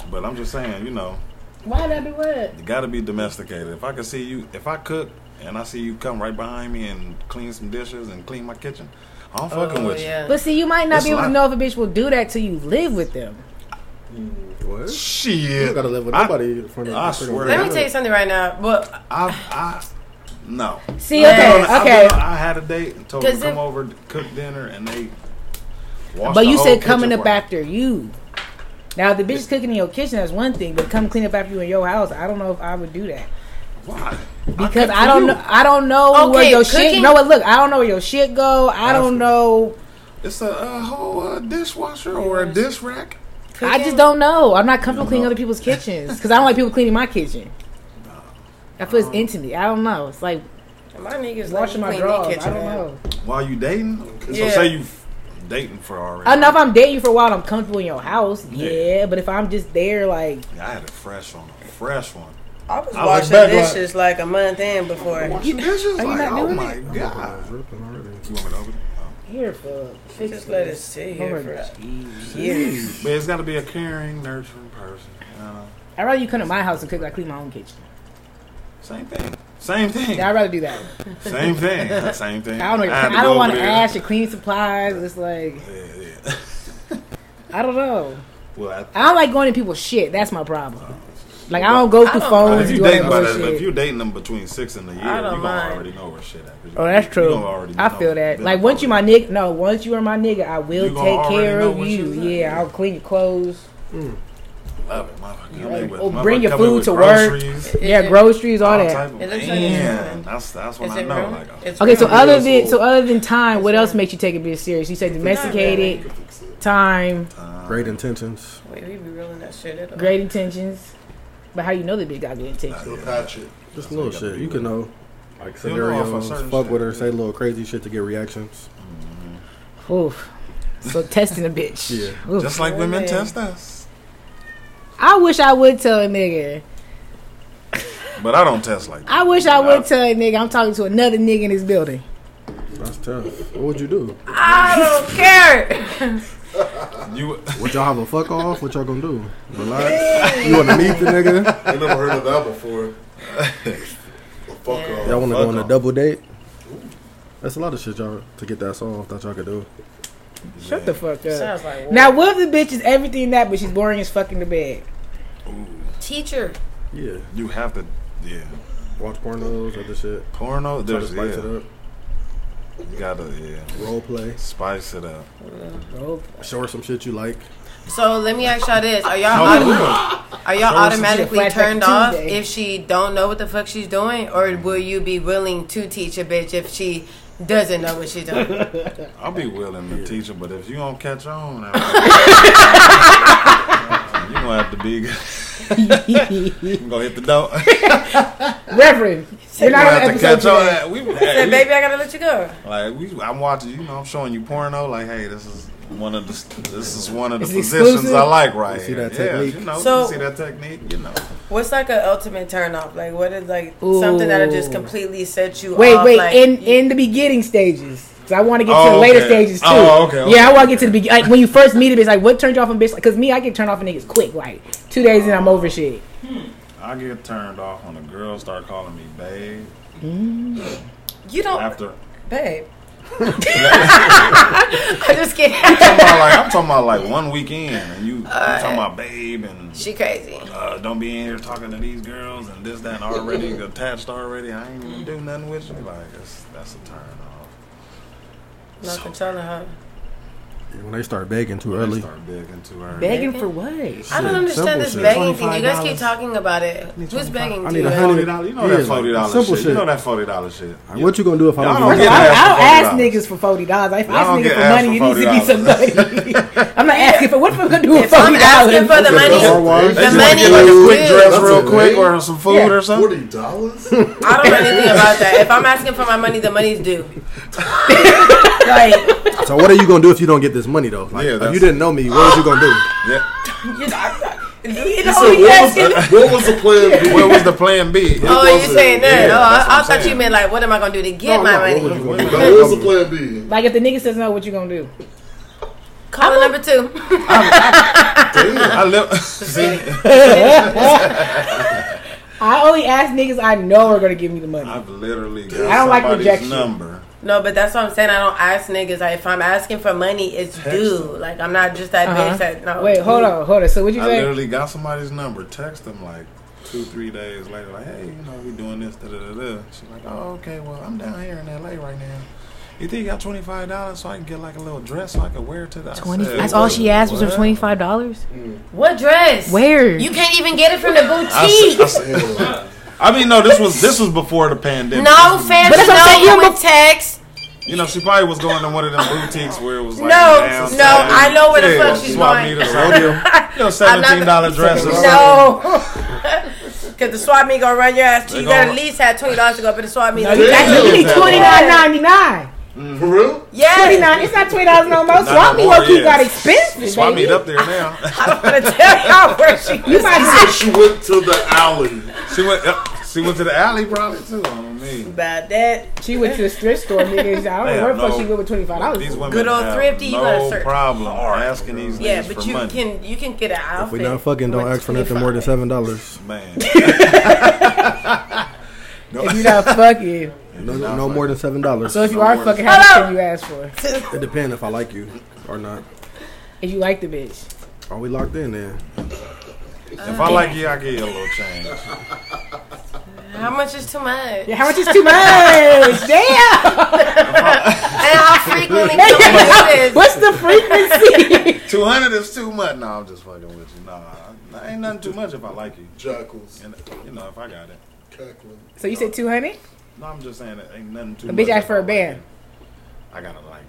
C: But I'm just saying, you know,
A: Why that be what?
C: You gotta be domesticated. If I can see you, if I cook and I see you come right behind me and clean some dishes and clean my kitchen, I'm fucking
B: Oh,
C: with
B: yeah.
A: But see, you might not
C: It's
A: be able to
C: like-
A: know if a bitch will do that till you live with them.
D: What?
C: you.
D: You
C: Shit.
D: don't gotta live with
C: I-
D: nobody in front of
C: I
D: in front of-
C: swear.
B: Let me tell you something right now. But
C: I, I, no.
A: See,
B: Yeah.
A: okay,
C: I've been on-
A: okay.
C: I've been on- I had a date and told them
B: 'Cause
C: to come
B: if-
C: over, cook dinner, and they. washed
A: But
C: the
A: you
C: whole
A: said coming
C: kitchen
A: up
C: for me.
A: after you. Now, if the bitch cooking in your kitchen, that's one thing. But come clean up after you in your house. I don't know if I would do that
C: Why?
A: because I, don't know. I don't know where
B: Okay,
A: your shit.
B: cooking-
A: No, but look, I don't know where your shit go. I don't
C: Absolutely.
A: know.
C: It's a, a whole uh, dishwasher or a dish rack.
A: I
B: cooking-
A: just don't know. I'm not comfortable
C: don't
A: cleaning
C: know.
A: other people's kitchens because I don't like people cleaning my kitchen. I feel it's intimate. I don't know. It's like
B: My niggas
A: washing my
B: like to clean their
A: drawers. I
B: kitchen
A: don't
B: up.
A: know.
C: While you dating, so
B: Yeah.
C: say you f- dating for already.
A: I know if I'm dating you for a while, I'm comfortable in your house. Yeah,
C: Yeah.
A: but if I'm just there, like
C: I had a fresh one, a fresh one.
B: I was
D: I
B: washing
D: look back like-
B: dishes like a month in before.
C: Washing dishes,
A: are you
C: like,
A: not
C: oh
A: doing
C: my
D: I'm
C: god.
D: fucking dripping already.
C: You want me to open it? Oh.
A: here, fuck,
B: Just let it sit here for
A: yeah.
C: Oh. But it's got to be a caring, nurturing person. You know?
A: I'd rather you come to my house and cook. than I clean my own kitchen.
C: Same thing. Same thing.
A: Yeah, I'd rather do that.
C: Same thing. Same thing.
A: I don't know.
C: had
A: I,
C: go
A: don't
C: over
A: want to
C: there.
A: ask your cleaning supplies. It's like
C: Yeah, yeah.
A: I don't know.
C: Well, I,
A: I don't like going to people's shit. That's my problem. Like I don't go through
B: don't
A: phones
C: if
A: and
C: you
A: do all that
C: dating, but
A: bullshit.
C: if you dating them between six and a year, you
B: I don't
C: gonna
B: mind.
C: already know where shit at. 'cause you-
A: Oh, that's
C: you
A: true.
C: gonna already
A: I
C: know.
A: feel that.
C: Been
A: Like once you my
C: already-
A: nigga, no, once you are my nigga, I will
C: You gonna
A: take
C: already
A: care
C: know
A: of
C: what
A: you.
C: she's at.
A: Yeah, I'll clean your clothes.
C: Love it, motherfucker. Come
A: Right.
C: in with-
A: Oh, bring
C: motherfucker
A: your
C: come in
A: food
C: with
A: to work.
B: Is
C: groceries,
A: Yeah,
B: it-
A: groceries, all
C: all
A: that.
C: type
B: It
C: of-
B: looks like it's
C: Man,
B: ruined.
C: that's that's when
B: Is
C: I
B: it
C: know.
B: real?
C: Like, uh,
B: It's
A: Okay, so
B: real.
A: other than so other than time, what else makes you take a bitch serious? You said domesticated, time,
C: uh,
D: Great intentions.
B: Wait, we be reeling that shit up.
A: great intentions. But how you know the bitch got good intentions?
C: Yeah.
E: Patrick.
D: Just
C: That's what
D: little
C: you gotta
D: shit.
C: do
D: You
C: with
D: can know. Like
C: You'll know off of
D: scenarios,
C: certain
D: fuck
C: shit.
D: with her, say little crazy shit to get reactions.
A: Oof. So testing a bitch.
D: Yeah.
A: Oof.
C: Just like women
B: Women.
C: test us,
A: I wish I would tell a nigga.
C: but I don't test like that.
A: I wish I would tell a nigga I'm talking to another nigga in this building.
D: That's tough. What would you do?
B: I don't care.
C: You
D: Would y'all have a fuck off? What y'all gonna do? Relax. you wanna meet the nigga?
E: I never heard of that before. Well, fuck
B: Yeah.
E: off.
D: Y'all wanna
C: Fuck
D: go on a
C: off.
D: double date? That's a lot of shit y'all to get that solved that y'all could do.
A: Shut the fuck up.
B: Sounds like
A: Now, what if the bitch is everything that, but she's boring as fucking the bed?
B: teacher.
D: Yeah.
C: you have to yeah.
D: Watch pornos, other shit.
C: Porno,
D: Try to
C: there's
D: spice
C: yeah.
D: it up.
C: You gotta yeah.
D: Role play.
C: Spice it up.
A: Bro,
D: Show her some shit you like.
B: So let me ask y'all this: Are y'all
C: No,
B: autom-
C: we gonna-
B: are y'all
C: Show us some
B: automatically
A: shit.
B: turned
A: Flashback
B: off
A: Tuesday.
B: if she don't know what the fuck she's doing, or will you be willing to teach a bitch if she doesn't know what she's doing?
C: I'll be willing to teach her, but if you don't catch on, then- you gonna have to be. you gonna hit the door. you
A: Reverend, you're
C: gonna
A: not on
C: have
A: the
C: to catch
A: episode
C: on.
A: today.
C: That. We,
B: Say, baby, I gotta let you go.
C: like we, I'm watching. You know, I'm showing you porno. Like, hey, this is one of the. This is one of the
A: It's
C: positions
A: exclusive.
C: I like right
D: You see
C: here.
D: that
C: Yeah,
D: technique?
C: you know,
B: So-
C: you see that technique. You know,
B: What's like an ultimate turn off? Like what is like something that'll
A: Ooh.
B: just completely set you
A: Wait,
B: off?
A: wait,
B: Oh, like,
A: in in the beginning stages. So I want to get to
C: Oh,
A: the later
C: okay.
A: stages too.
C: Oh, okay, okay,
A: yeah, I want to get to the beginning. Like, when you first meet a bitch, like what turned you off a bitch? Because me, I get turned off a niggas quick. Like two days and I'm over shit.
C: I get turned off when a girl start calling me babe
B: you don't,
C: after.
B: babe. I'm just kidding.
C: I'm talking about like, I'm talking about like one weekend, and you you talking about babe and
B: she crazy.
C: uh, don't be in here talking to these girls and this, that, and already attached already. I ain't even do nothing with you. Like, that's, that's a turn off.
B: Not controlling her.
D: When they start begging too
C: They
D: early.
C: start begging too early.
A: Begging for what?
B: I don't
D: Shit, simple
B: understand this
D: shit.
B: begging thing. You guys
C: $25.
B: keep talking about it. Who's begging
D: I
B: to
D: need
B: you?
D: a hundred.
C: Forty dollars, you know
D: Yeah,
C: that forty
D: like,
C: dollars
D: simple
C: shit. You
D: shit.
C: know that forty dollars shit. You-
D: What you gonna do if I
C: Y'all
D: don't
C: don't
D: want
A: First of
C: get
A: all, I,
C: asked
A: I
C: for
A: don't ask
C: $40.
A: niggas for forty dollars. If I
C: Y'all
A: ask
C: don't
A: niggas
C: get
A: for
C: asked
A: money,
C: for
A: it needs to be somebody. I'm not asking for what if I'm gonna do with
B: If I'm
A: forty
B: asking for
A: dollars.
B: the
D: That's a
B: money,
D: car wash.
B: the
C: They just
B: money
C: wanna get like a
B: is
C: quick
B: good.
C: dress
E: That's
C: real
E: it,
C: quick
E: right?
C: or some food
A: Yeah.
C: or something.
E: Forty
B: I
E: dollars?
B: don't know anything about that. If I'm asking for my money, the money's due. like
D: So what are you gonna do if you don't get this money though? Like
C: Yeah,
D: if
C: that's-
D: you didn't know me, what are you gonna do?
C: Yeah.
B: you know, I'm not- you
E: So
B: know
E: what,
B: you
E: was,
B: asking.
E: what was the plan B?
C: Where was the plan B?
B: Oh,
E: was
B: you
E: it?
B: saying that?
C: Yeah,
B: oh,
C: that's what
B: I, I
C: I'm
B: thought you
C: saying.
B: meant like, what am I gonna do to get
D: Oh, No,
B: my
D: no,
B: money?
D: what would you- what would you-
E: What was the plan B?
A: Like if the niggas doesn't know what you gonna do.
B: Caller number two.
C: I live.
A: I only ask niggas I know are gonna give me the money.
C: I've literally got
A: I don't like
C: somebody's
A: rejection.
C: number.
B: No, but that's what I'm saying. I don't ask niggas. Like, if I'm asking for money, it's due. Like, I'm not just that
A: Uh-huh.
B: bitch that. No.
A: Wait, hold on, hold on. So what you
C: I
A: say?
C: literally got somebody's number. Text them like two, three days later. Like, hey, you know, we doing this. Da da da da. She's like, oh, okay. Well, I'm down here in L.A. right now. You think you got twenty five dollars so I can get like a little dress so I can wear to the
F: Twenty. That's all she asked was for twenty five dollars.
B: What dress?
F: Where?
B: You can't even get it from the
C: I, said- I,
B: boutique.
C: said- I mean, no, this was this was before the pandemic.
B: No, fancy.
F: But that's what I'm saying,
B: no,
F: you
B: you
F: mo-
B: with text.
C: You know, she probably was going to one of them boutiques where it was like
B: No,
C: downtown.
B: no, I know where the fuck she's
C: swap
B: going.
C: meet or something. You know, seventeen dollar dresses.
B: No. Because the swap meet gonna run your ass. too.
C: They
B: You gotta at
C: gonna-
B: least have twenty dollars to go up in the swap meet.
E: you
A: That's
E: Yeah.
A: really twenty nine ninety nine.
E: For real?
A: Twenty
B: Yeah.
A: nine. It's not twenty dollars no more.
C: Not
A: Swap me
C: no
A: low
C: more,
A: key
C: yeah.
A: got expensive.
C: Swap
A: baby. Oh,
C: meet up there now.
B: I don't wanna tell y'all where she.
A: You might as well-
E: She went to the alley.
C: she went. Yep, she went to the alley probably too. I don't mean.
B: About that.
A: She went to the thrift store, nigga. I don't know where the
C: They have
A: fuck she
C: no-
A: went with twenty five
C: These
A: dollars.
C: women
B: Good old
C: have
B: thrifty, you gotta
C: no
B: search.
C: problem asking these
B: Yeah,
C: niggas
B: but
C: for
B: you
C: money.
B: can you can get an outfit.
D: If we not fucking, don't
B: with
D: ask for nothing more
B: 25.
D: than seven dollars.
C: Man,
A: If you not fucking,
D: No, no more than seven dollars.
A: so if you
C: No
A: are
C: more.
A: fucking, how much
B: Hello?
A: can you ask for?
D: It depends if I like you or not.
A: If you like the bitch,
D: Are we locked in then?
C: if I like you, I give you a little change.
B: How much is too much?
A: yeah, how much is too much? Damn,
B: And how frequently can we do this?
A: what's the frequency?
C: Two hundred is too much. No, I'm just fucking with you. Nah, I- ain't nothing too much if I like you.
E: Jackals.
C: And you know, if I got it.
E: Cackling.
A: so you said two hundred?
C: No, I'm just saying it ain't nothing too
A: A
C: much.
A: bitch asked
C: if
A: for
C: I
A: a
C: like
A: band.
C: you. I gotta like,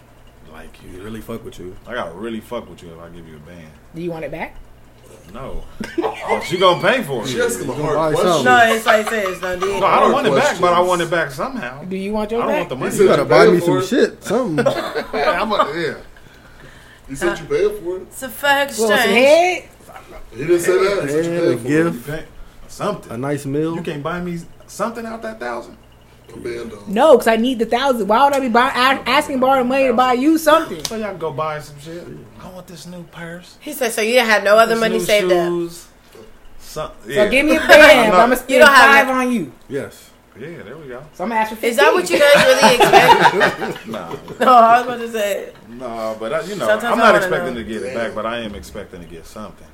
C: like you.
D: You really fuck with you.
C: I gotta really fuck with you if I give you a band.
A: Do you want it back?
C: No, but you gonna pay for
E: She
C: it.
E: asking a
D: You gonna buy
E: hard question.
B: No, it's like this. No, dude.
C: No, I don't want it back,
E: Questions.
C: but I want it back somehow. I
A: Do you want your
C: don't
A: back?
C: want the
D: You
C: money.
D: gotta buy me
E: For
D: some
E: it.
D: shit. Something.
C: Yeah, I'm a- yeah.
E: You said you paid for it.
B: It's a fuck
A: Well, some
B: exchange.
A: head.
E: He didn't say that. He said you
D: a
E: paid for it.
C: You
D: gift,
C: pay-
D: a
C: something.
D: nice meal.
C: You can't buy me something out that thousand.
E: Commando.
A: No, because I need the thousand. Why would I be buy, a- asking borrowing money to buy you something?
C: So y'all can go buy some shit. I want this new purse.
B: He said, so you didn't have no other
C: this
B: money
C: new
B: saved up.
C: shoes. Some, yeah.
A: So give me a band.
C: No.
A: I'm gonna
B: You
A: spend
B: don't have
A: five
B: it.
A: on you.
D: Yes.
C: yeah, there we go.
A: So I'm gonna ask for. 15.
B: Is that what you guys really expect?
C: Nah,
B: no, I was about to say.
C: nah, but I, you know,
B: Sometimes
C: I'm
B: I
C: not
B: wanna
C: expecting
B: know.
C: to get it back, but I am expecting to get something,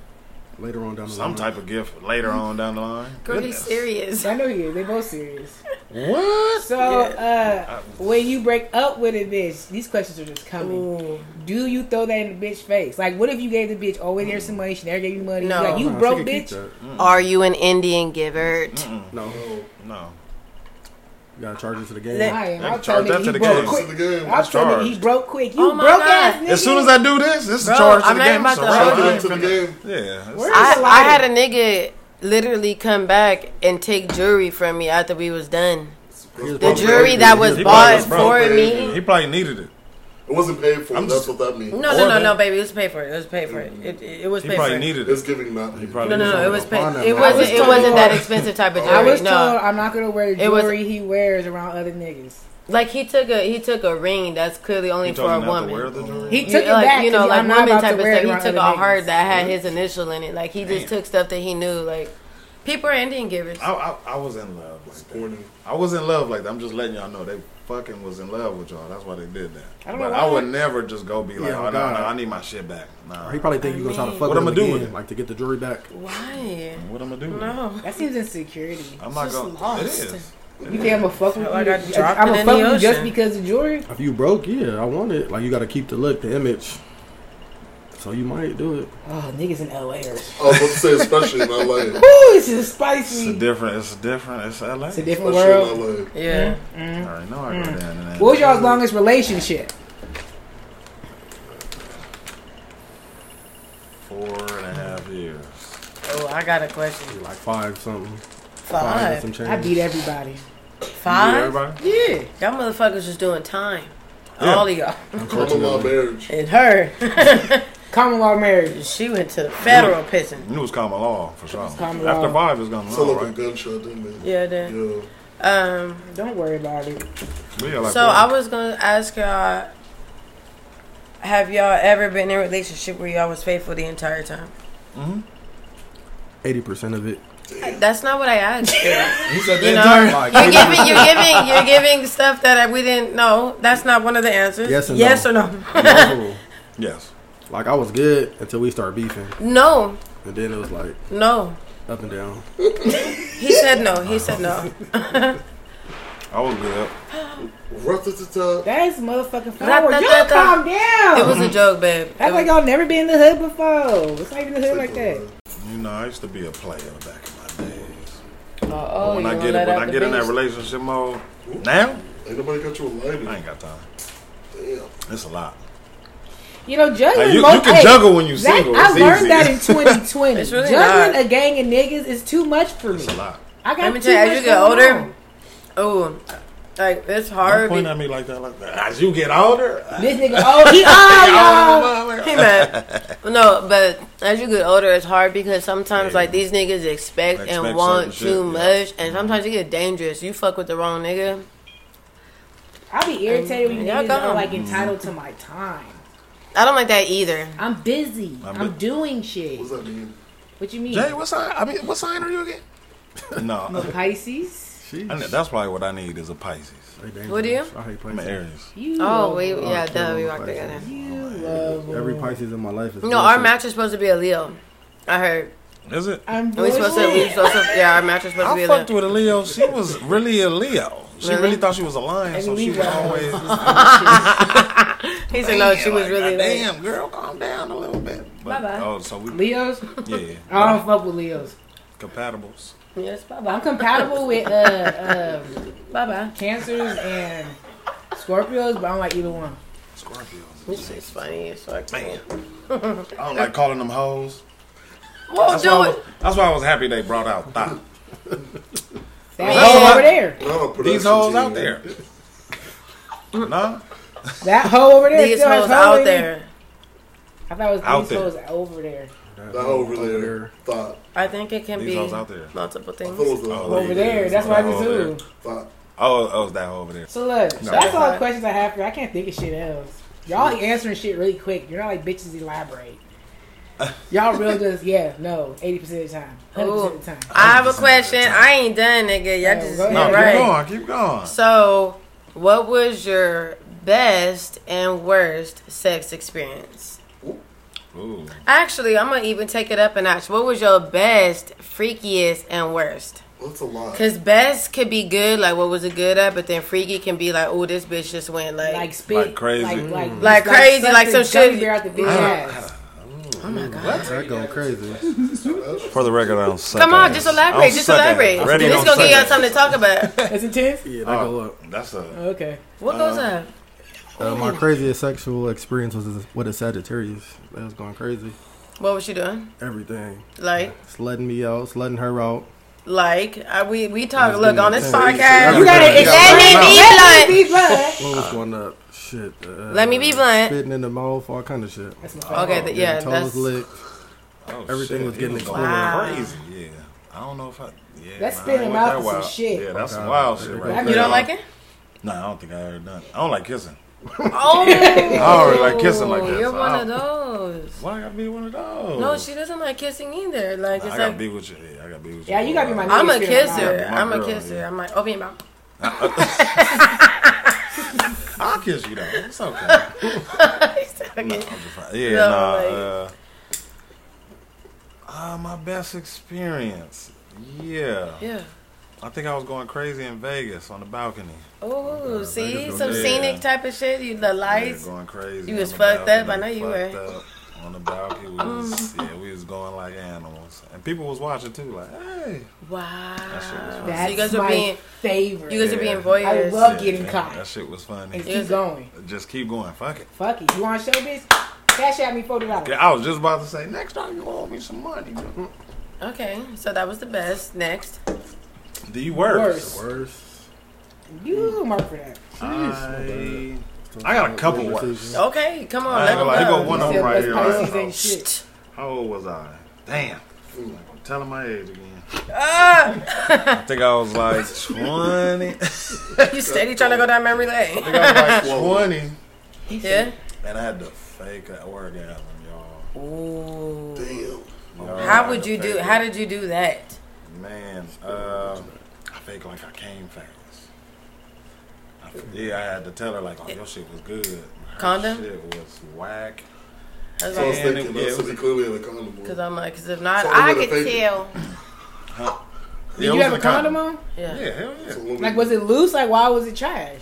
D: Later on down the
C: some
D: line.
C: type of gift later on down the line.
B: Girl, he's
C: Goodness.
B: serious.
A: I know you. is. They both serious.
C: What?
A: So uh, when you break up with a bitch, these questions are just coming.
B: Mm.
A: Do you throw that in the bitch face? Like, what if you gave the bitch always there's some money? She never gave you money.
B: No.
A: like, you
D: Nah, she
A: broke,
D: can keep
A: bitch.
D: that.
B: Are you an Indian giver?
D: No, you
C: No.
D: gotta charge it to the game.
A: I am. I'll
C: Charge
A: tell
C: that
A: nigga
C: to
A: he
C: the
A: broke
C: game.
E: This
A: quick.
E: is the game.
A: I'll tell nigga he
C: charged.
A: broke quick. You
B: Oh my
A: broke
B: God.
A: ass nigga.
C: As soon as I do this, this is
B: Bro,
C: a charge to
B: I'm
C: the
B: not
C: game.
B: about
C: so
B: to
C: right
B: hold
C: now,
E: Charge
B: you.
E: it to the game.
C: Yeah.
A: Where
C: it's-
A: is
B: I,
A: the
B: I
A: lighter?
B: had a nigga literally come back and take jewelry from me after we was done. The jewelry that was
C: He probably
B: bought
C: was broke.
B: for me.
C: He probably needed it.
E: It wasn't paid for.
C: I'm
E: That's
C: just-
E: what that means.
B: No, no, no, no, baby. It was paid for. It was paid for. It, it, it was
C: Mm. He
B: paid for.
C: probably needed
E: It's
C: it.
E: giving that. He
C: probably
B: No, no, no. It was paid.
D: Hold on,
B: It
D: man. I
B: wasn't.
A: was
B: It wasn't
A: told-
B: that expensive type of
A: I
B: jewelry.
A: was
B: no.
A: told I'm not gonna wear the
B: It was-
A: jewelry he wears around other niggas.
B: Like he took a he took a ring that's clearly only
C: He
B: for
C: told
B: a
C: him not to wear
B: woman.
C: the jewelry.
A: He
B: You-
A: took it
B: like,
A: back.
B: you know, like
A: I'm not
B: woman
A: about
B: type
A: to
B: of
A: wear it
B: stuff.
A: around
B: He took
A: other
B: a heart
A: niggas.
B: that had
C: Mm-hmm.
B: his initial in it. Like he just took stuff that he knew. Like people are Indian givers.
C: I, I, I was in love. Like that.
E: Corny.
C: I was in love like that. I'm just letting y'all know they fucking was in love with y'all. That's why they did that.
A: I don't
C: but
A: know
C: I
A: why.
C: would never just go be like,
D: Yeah,
C: oh, no,
D: God.
C: no, I need my shit back. Nah.
D: He probably think you gonna try to fuck
C: What
D: with
C: I'ma
D: him
C: do with
D: again,
C: it?
D: like to get the jewelry back.
B: Why?
C: What am I doing?
B: No.
A: That seems insecurity.
C: I'm not
B: just
C: going.
B: lost.
C: It is.
A: You think I'm gonna fuck with
B: Like
A: you?
B: I dropped
A: I'm
B: it
A: gonna
B: in the
A: fuck with you just
B: ocean.
A: because of jewelry?
D: If you broke, yeah, I want it. Like you gotta keep the look, the image. So you might do it.
A: Oh, niggas in LA are.
E: I was about to say, especially in LA.
A: Ooh, this is
C: It's a
A: spicy.
C: different. It's a different. It's LA.
A: It's a different
E: Especially
A: world.
E: in LA.
B: Yeah.
C: I already know
B: Hmm.
C: I go down in that.
A: What was y'all's longest relationship?
C: Four and a half years.
B: Oh, I got a question.
D: Like five something. Five and
B: Five.
D: some change.
A: I beat everybody.
C: You,
B: Five.
C: everybody?
A: Yeah.
B: Y'all motherfuckers just doing time.
C: Yeah.
B: All of y'all.
E: Common law marriage.
B: And her,
A: Common law marriage.
B: she went to the federal prison.
C: You knew it was common law for sure.
A: common
C: After
A: law.
C: five is common
E: Sound
C: law,
E: like a
C: right?
E: gunshot, didn't it?
B: Yeah, then.
E: Yeah.
B: Um.
A: Don't worry about it.
C: Yeah, like
B: so
C: that.
B: I was gonna ask y'all Have y'all ever been in a relationship where y'all was faithful the entire time?
C: hmm
D: Eighty percent of it.
B: That's not what I asked. you.
E: He said
B: You
E: the
B: know,
E: entire like,
B: You're giving, you're giving, you're giving stuff that I- we didn't know. That's not one of the answers.
D: Yes and
B: yes
D: no.
B: or no?
D: No.
C: Yes.
D: like I was good until we started beefing,
B: No,
D: and then it was like
B: no.
D: up and down.
B: He said no. He said no.
C: I was good.
E: rough to the top.
A: That's motherfucking flower.
B: Ra-ta-ta-ta.
A: Y'all calm
B: It
A: down.
B: was a joke, babe. It
A: That's like
B: was-
A: y'all never been in the hood before. It's not even the hood
E: uh,
A: like that.
C: You know, I used to be a player back in my days.
B: Oh,
C: when
B: you
C: I
B: gonna
C: get
B: let
C: when
B: out
C: I
B: the
C: get in that
B: beast?
C: relationship mode, now
E: Ain't nobody got you a
C: I
E: lighter.
C: ain't got time.
E: Damn.
C: It's a lot.
A: You know, juggling.
C: Hey, you,
A: mo-
C: you can
A: hey,
C: juggle when you
A: that-
C: single.
A: I
C: it's
A: learned
C: easy.
A: that in 2020.
B: It's really
A: juggling
B: not.
A: a gang of niggas is too much for me.
C: It's a lot.
A: I got
B: Let me
A: too
B: tell you,
A: much
B: as you get
A: going
B: older,
A: on.
B: oh, like it's
C: Don't
B: hard.
C: point at me like that, like that. As you get older, uh,
A: This nigga, oh, he oh,
B: be- Hey, man. No, but as you get older, it's hard because sometimes like these niggas expect,
C: Expect
B: and want too
C: certain shit, yeah. Mm-hmm.
B: much, and sometimes it get dangerous. You fuck with the wrong nigga.
A: y'all. I be irritated when
B: Y'all
A: niggas
B: gone.
A: are like entitled to my time.
B: I don't like that either.
A: I'm busy. I'm,
C: I'm
A: doing shit.
E: What's that mean?
A: What you mean?
C: Jay, what sign? I mean, what sign are you again? no,
A: Pisces.
D: Sheesh.
C: I need- that's probably what I need is a Pisces.
D: They dangerous.
B: What do you?
D: I hate
C: I'm an
D: Pisces.
C: Aries.
A: You.
B: Oh,
A: love
B: we
A: them.
B: yeah, duh, we
D: okay.
B: walked together.
A: You love
D: Every
A: them.
D: Pisces in my life is
B: No, our
D: bullshit.
B: match is supposed to be a Leo. I heard.
C: Is it?
A: I'm
B: Are we supposed to? We
A: bullshit.
B: supposed to? Yeah, our match is supposed to be
C: I
B: a Leo.
C: fucked with a Leo. She was really a Leo. She
B: Really?
C: really thought she was a lion, so
A: we
C: she was
A: were.
C: always.
B: He said no. She was
C: like,
B: really like.
C: Damn, girl, calm down a little bit. But,
B: Bye-bye.
C: Oh, so we
A: Leos.
C: yeah
A: I don't fuck with Leos.
C: compatibles.
B: Yes, bye
A: I'm
B: bye.
A: compatible with uh, um
B: Bye bye.
A: Cancers and Scorpios, but I don't like either one.
C: Scorpios.
B: This is funny. It's like,
C: Man, I don't like calling them hoes.
B: Well,
C: That's why, I
B: do
C: was,
B: it.
C: that's why I was happy they brought out thought.
A: That
B: That's
A: hoe
C: why-
A: over there.
E: Now a
C: These
E: production
C: hoes out
E: team.
C: there. no?
A: That hoe over there.
B: These
A: still has
B: hoes
A: hoe in
B: out
A: it.
B: there.
A: I thought it was
C: Out
A: these
C: there.
A: hoes over there.
E: That whole really thought.
B: I think it can
C: These hoes out
B: be
C: there.
B: multiple
E: I thought it
B: things.
E: was the
C: Oh,
E: whole
A: Over there. That's what I
C: Over there.
A: just do.
E: thought.
C: Oh, oh, it's that hoe over there.
A: So look,
C: No.
A: that's all the questions I have for you. I can't think of shit else. Y'all answering shit really quick. You're not like bitches elaborate. Y'all real just yeah, no, eighty percent of the time. Hundred percent of the time.
B: I have a question. I ain't done, nigga. Y'all
A: No,
B: just
A: go ahead.
C: No,
A: Yeah,
B: all
C: keep
B: right.
C: going, keep going.
B: So, what was your best and worst sex experience?
C: Ooh.
B: Actually, I'm gonna even take it up a notch. What was your best, freakiest, and worst?
E: What's a lot?
B: Cause best could be good, like what was it good at, but then freaky can be like, oh, this bitch just went like,
A: Like spit,
C: Like crazy.
A: like like,
B: Mm. Like crazy,
A: suck
B: like
A: the
B: some
A: gummy
B: shit. Uh-huh.
A: bear out the bitch ass.
D: That go crazy.
C: For the record, I don't suck.
B: come on,
C: ass.
B: just
C: I
B: elaborate,
C: don't
B: just
C: suck ass.
B: elaborate.
C: Ready,
B: this
C: don't
B: gonna give y'all
C: suck ass.
B: something to talk about.
A: That's intense.
D: Yeah, that
C: Oh,
D: go up.
C: That's a.
A: Okay,
B: What goes up?
D: Uh, my craziest sexual experience was with a Sagittarius. That was going crazy.
B: What was she doing?
D: Everything.
B: Like,
D: Slutting me out, slutting her out.
B: like I, we we talk.
D: That's
B: Look
D: good.
B: on this
D: That's
B: podcast.
A: you gotta
C: Yeah.
A: explain.
B: Let me
A: Be
B: be blunt.
A: blunt.
D: What was going up? Shit. Uh,
B: Let me be blunt.
D: Spitting in the mouth, all kind of shit.
A: That's my favorite.
B: Okay, th- yeah,
D: Getting
B: that's
D: toes licked.
C: Oh,
D: Everything was
C: he
D: getting
C: going
B: Wow.
C: crazy. Yeah, I don't know if I. Yeah,
A: That's
C: nah, I
A: spitting
C: ain't
A: him
C: with
A: out
C: that
A: for some
C: wild-
A: shit.
C: Yeah, that's some
D: Okay.
C: wild shit
D: You
C: right
B: You
C: there.
B: don't like it?
C: Nah, I don't think I ever done. it. I don't like kissing.
B: Oh,
C: I don't really like kissing like that,
B: You're
C: so
B: one
C: I
B: of those.
C: Why I gotta be one of those?
B: No, she doesn't like kissing either. Like
C: I
B: it's
C: gotta
B: like
C: be with you. Yeah, I gotta be with you.
A: Yeah, you gotta be my
B: I'm a
A: nigga spit in my
B: kisser.
C: mouth.
B: I'm a
C: Girl,
B: kisser.
C: yeah.
B: I'm like, open your mouth.
C: I'll kiss you though. It's okay. No, I'm
B: Okay.
C: just fine. Yeah,
B: No,
C: nah.
B: like-
C: uh, uh, my best experience. Yeah,
B: Yeah.
C: I think I was going crazy in Vegas on the balcony.
B: Oh, see
D: Vegas
B: some
C: go-
B: scenic
C: Yeah.
B: type of shit. You the
C: Yeah,
B: lights.
C: going crazy.
B: You
C: on
B: was
C: the
B: fucked up,
C: balcony,
B: I know you Mm.
C: fucked up On the balcony, we was, yeah, we was going like animals, and people was watching too. Like, hey,
B: Wow.
C: shit was fun.
B: So
A: That's
B: you guys
A: my
B: are being
A: favorite.
B: you guys are
C: Yeah.
B: being
A: I
B: voyeurs.
A: love getting
C: man,
A: caught.
C: That shit was
A: and
C: funny.
B: Yeah.
A: keep going.
C: Just keep going. Fuck it.
A: Fuck it. You want show this? Cash at me forty dollars.
C: Yeah, I was just about to say, next time you owe me some money.
B: Mm.
C: bro.
B: Okay, so that was the best. Next,
C: The worst.
A: Worst.
D: Worst.
A: You mark for that.
C: I, I got a couple worst.
B: okay, come on.
C: I
B: Let
C: ain't
B: them
C: gonna lie, here go
B: go.
C: one of
A: Yeah,
C: them right
A: but
C: here.
A: Pisces
C: right now.
A: ain't shit.
C: How old was I? Damn. I'm telling my age again.
B: Ah,
C: I think I was like 20. I think
B: you steady trying to go down memory lane.
C: I was like 20.
B: Yeah,
C: And I had to fake an orgasm, y'all.
B: Ooh.
E: Damn.
C: Y'all, I had
B: How would
C: to
B: you do?
C: fake
B: How
C: it.
B: did you do that?
C: Man, uh, I fake like I came fast. I f- yeah, I had to tell her like, oh, your shit was good. Her
B: Condom?
C: shit was whack.
B: That's
E: So I was
B: all.
C: Yeah. And
E: thinking,
C: it-
E: that's
C: it was-
E: something clearly in the condom.
B: Cause I'm like, cause if not,
E: So
B: I
E: it would've
B: could
E: faded.
B: tell.
A: Did
C: Yeah, it
A: you
C: was
A: have
C: in
A: a
C: the
A: condom on?
B: Yeah.
C: Yeah, hell yeah.
A: Like, was it loose? Like, why was it trash?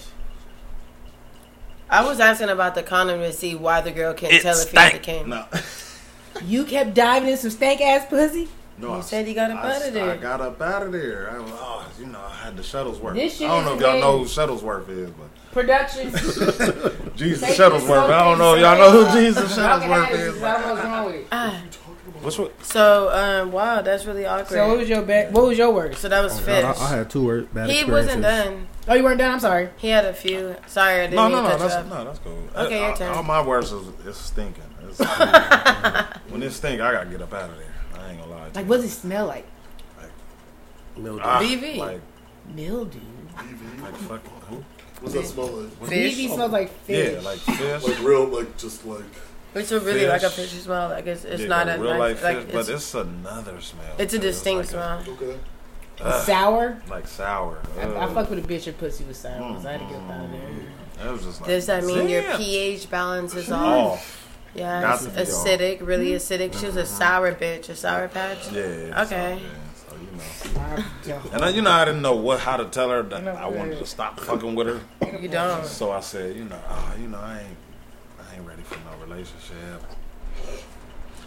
B: I was asking about the condom to see why the girl couldn't
C: It
B: tell if he
C: stank.
B: had the came.
C: No,
A: You kept diving in some stank ass pussy.
C: no.
B: You
C: I-
B: said you got up
C: I-
B: out of there.
C: I got up out of there. I was, oh, you know, I had the Shuttlesworth.
A: This shit
C: I don't
A: is
C: know if y'all
A: great.
C: know who Shuttlesworth is, but
A: Production.
C: Jesus
A: Take this
C: Shuttlesworth. I don't know if y'all know who Jesus Shuttlesworth is. but-
A: So
B: Ah,
C: What's what?
B: so um, wow, that's really awkward. So,
A: what was your best? What was your worst?
B: that was
D: Oh,
B: fish.
D: God, I, I had two wor- bad
B: he
D: experiences.
B: wasn't done.
A: Oh, you weren't done. I'm sorry.
B: He had a few. Sorry, I didn't
C: No,
B: mean to
C: no, no.
B: cut you
C: That's
B: off.
C: no, that's cool.
B: Okay, your
C: I-
B: turn.
C: All my words is it's stinking. It's, when it stink, I gotta get up out of there. I ain't gonna lie. To
A: Like,
C: you.
A: what does it smell like?
D: Mildew.
C: Ah,
B: BV.
C: Like,
A: Mildew.
C: like fucking who?
E: What's that smell like?
B: Fish.
A: Fish. smells like fish.
C: Yeah, like fish.
E: Like real, like just like.
B: It's a really
C: Fish.
B: like a fishy smell. Like it's it's
C: Yeah,
B: not
C: like
B: a
C: real
B: nice,
C: life
B: like
C: fish,
B: it's,
C: but it's another smell.
B: it's a
C: too.
B: distinct
C: like
B: smell.
E: Okay.
A: sour.
C: like sour.
A: I, I
C: Ugh.
A: fucked with a bitch. Her pussy was sour. 'cause I had to get up out of there.
C: That was just like,
B: Does that mean your
C: damn.
B: pH balance is off?
C: off?
D: Oh,
B: Yeah,
C: Got
B: it's
C: to be off.
B: acidic, really acidic. She was a sour bitch, a sour patch.
C: Yeah. it's
B: Okay.
C: off, yeah, So you know. Mm.
A: Sour-
C: And I, you know, I didn't know what how to tell her that
A: know,
C: I wanted
A: right.
C: to stop fucking with her.
B: You don't.
C: So I said, you know, oh, you know, I ain't, I ain't ready for no relationship.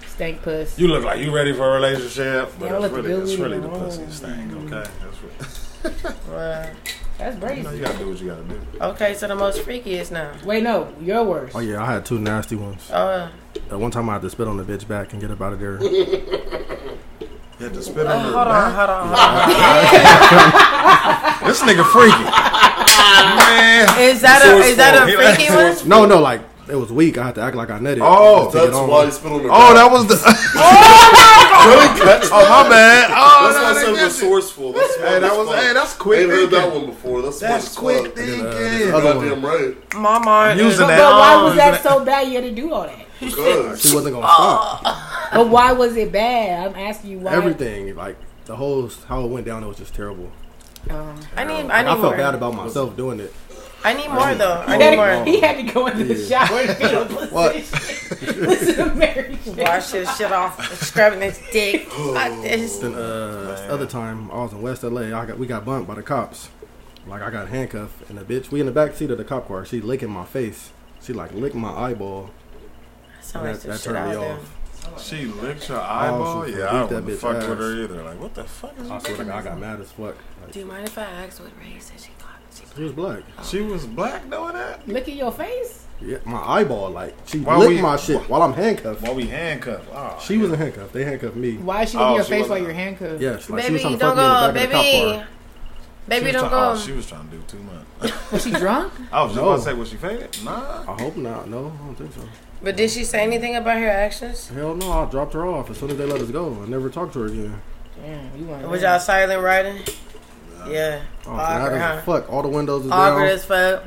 A: Stank puss.
C: You look like you ready for a relationship, but
A: Y'all
C: it's
A: let the
C: really, it's
A: dude
C: really the
A: alone.
C: pussy's thing. Okay, that's what.
B: Well,
A: That's
C: You know,
A: crazy.
C: you gotta do what you gotta do.
B: okay, so the most freakiest now.
A: Wait, no, your worst.
D: Oh yeah, I had two nasty ones.
B: Oh,
D: At one time, I had to spit on the bitch back and get up out of there.
C: You had to spit
B: uh,
C: on her.
B: hold on,
C: back.
B: hold on, hold on.
C: This nigga freaky. Man.
B: Is that
C: So
B: a
C: it's
B: is that
C: full.
B: a
C: He
B: freaky
C: like-
B: one?
D: No, no, like it was weak. I had to act like I nutted.
C: Oh,
D: Just to get
E: That's
D: on.
E: why he spit on the.
C: Oh, that was the. Oh my bad. Oh,
E: That's
C: no,
E: why I
C: that-
E: said resourceful. That's
C: Hey, that was. Hey, that's quick.
E: Ain't heard that
C: thinking.
E: one before. That's smart
C: That's
E: as
C: quick
E: fuck.
C: thinking.
D: Other one.
E: Goddamn right.
B: My mind
C: Using
B: is
A: but,
C: that.
B: gone.
A: but why was that so bad? You had to do all that.
E: Because
D: She wasn't gonna
B: Oh,
D: stop.
A: But why was it bad? I'm asking you why.
D: Everything, like the whole how it went down, it was just terrible.
A: Um,
B: I need I
D: I,
B: need
D: felt bad
B: more.
D: about myself doing it. Oh.
B: I need more though. I
A: he,
B: need
A: had to,
B: more.
A: he had to go into the
D: Yeah.
A: shower and feel pussy.
D: What?
A: Listen to Mary.
B: Wash this shit off, scrubbing his dick.
D: Oh.
B: Fuck this.
D: Then uh, other time, I was in West LA. I got we got bumped by the cops. Like I got handcuffed, and the bitch we in the back seat of the cop car. She licking my face. She like licked my eyeball.
B: Sound
D: And
B: like
D: that,
B: some
D: that
B: shit out
D: turned me
B: there.
D: off.
C: Oh, She licked your eyeball.
D: she
C: yeah, I
D: beat that
C: wouldn't
D: bitch
C: fuck with
D: ass.
C: her either. Like, what the fuck is
D: I
C: you
D: swear to
C: looking
D: God, I
C: at?
D: got mad as fuck. Like,
B: Do you mind if I ask what race that she got? She
D: she was black.
C: She was black doing that.
A: Look at your face.
D: Yeah, my eyeball. Like she
C: Why
D: licked
C: we-
D: my shit while I'm handcuffed.
C: Why we handcuffed? Oh,
D: She wasn't handcuffed. They handcuffed me.
A: Why is she
C: Oh,
A: looking at your
C: she
A: face
C: wasn't-
A: while you're handcuffed?
D: Yes, like she
B: baby,
D: was trying
B: don't
D: to fuck me in
B: go,
D: the back of the cop
B: baby.
D: car.
C: She
B: Baby,
C: was
B: don't
C: try-
B: go.
C: oh, she was trying to do too much.
A: Was she drunk?
C: I was just
D: No.
C: about to say, was she faded? Nah.
D: I hope not. No, I don't think so.
B: But did she say anything about her actions?
D: Hell no, I dropped her off as soon as they let us go. I never talked to her again.
A: Damn, you want
B: Was y'all silent riding? Yeah.
D: Oh,
B: Awkward,
D: mad
B: huh?
D: as fuck. All the windows is
B: Awkward
D: down.
B: as fuck.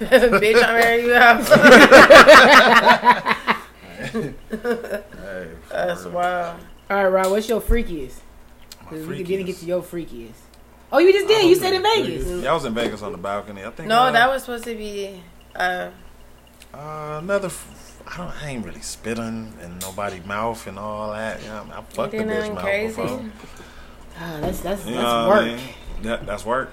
B: Bitch, I'm airing you out.
C: Hey, for
B: That's
C: real.
B: wild.
A: All right, Rob. What's your freakiest?
C: My
A: 'Cause we
C: freakiest.
A: didn't get to your freakiest. Oh, you just did. You said in Vegas.
C: Yeah, I was in Vegas on the balcony. I think.
B: No,
C: uh,
B: that was supposed to be. Uh,
C: uh, another. F- I don't. I ain't really spitting in nobody's mouth and all that. You know, I fucked the
B: did
C: bitch
B: nothing
C: mouth
B: crazy.
C: before. You
A: Ah, that's that's
C: know
A: that's
C: what I
A: work.
C: mean? That, that's work.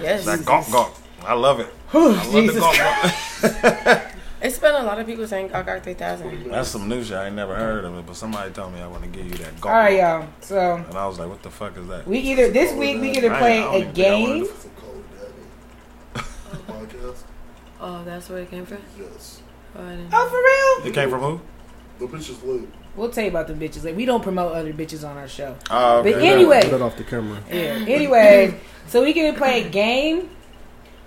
B: yes.
C: That gawk gawk. I love it. I love the
A: Jesus
C: gawk gawk.
B: It's been a lot of people saying Gawk Gawk 3000.
C: That's some new shit. I ain't never heard of it, but somebody told me I want to give you that gawk.
A: All right,
C: gawk.
A: y'all. So
C: And I was like, what the fuck is that?
A: we either this week we either
C: Right,
A: play
C: I don't
A: a
C: even think I wanted
A: game.
C: to-
E: Some Call of Daddy. Podcast.
B: Oh, that's where it came from?
E: Yes.
B: Oh, I didn't-
A: Oh, for real?
C: It came from who?
E: The bitch is lit.
A: We'll tell you about the bitches. Like, we don't promote other bitches on our show.
C: Oh,
A: But
C: okay.
A: anyway.
D: Put that off the camera.
A: Yeah. Anyway, so we can play a game,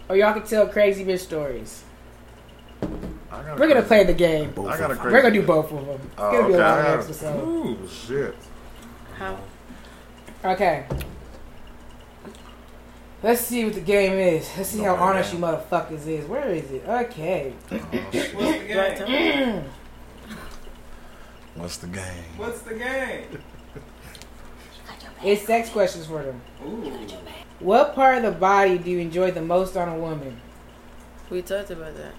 A: or y'all can tell crazy bitch stories.
C: I got a
A: We're gonna
C: crazy-
A: play the game.
C: I got a crazy.
A: We're gonna do both of them. It's
C: Oh,
A: gonna be a
C: okay.
A: long
C: I got-
A: episode.
C: Ooh, shit.
B: How?
A: Okay. Let's see what the game is. Let's see how
C: Okay,
A: honest
C: yeah.
A: you motherfuckers is. Where is it? Okay.
C: Oh, shit.
G: What's the game?
C: What's the game?
G: What's the game?
A: It's sex questions for them.
G: Ooh.
A: What part of the body do you enjoy the most on a woman?
B: We talked about that.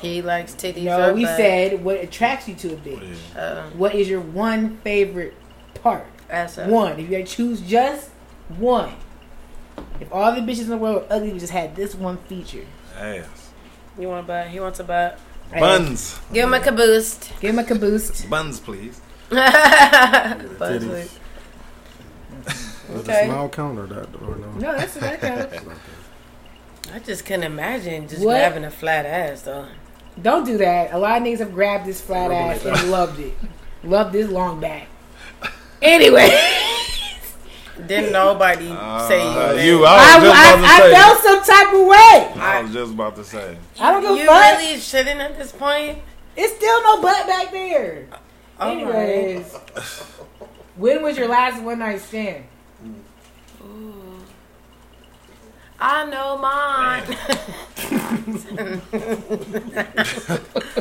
B: He likes titties.
A: No,
B: or
A: we
B: butt.
A: said what attracts you to a bitch.
C: Yeah.
B: Uh,
A: What is your one favorite part?
B: ass up.
A: One. If you had to choose just one. If all the bitches in the world were ugly, we just had this one feature.
C: Ass.
B: You want to buy? He wants to buy.
C: Buns.
B: Give him a caboose.
A: Give him a caboose.
C: Buns, please.
B: Buzzword.
D: Does
B: Okay.
D: the smile count or that or no?
A: No, that's that counts.
B: I just couldn't imagine just
A: What?
B: grabbing a flat ass though.
A: Don't do that. A lot of niggas have grabbed this flat ass and loved it. Loved this long back. Anyway,
B: Didn't nobody say you?
C: Uh,
B: man.
C: you.
A: I,
C: I was just about to
A: I, I
C: say.
A: felt some type of way.
C: I was just about to say.
A: I don't give a
B: You
A: fuck.
B: really shouldn't at this point.
A: It's still no butt back there.
B: All right.
A: Anyways, when was your last one night stand?
B: Ooh. I know mine.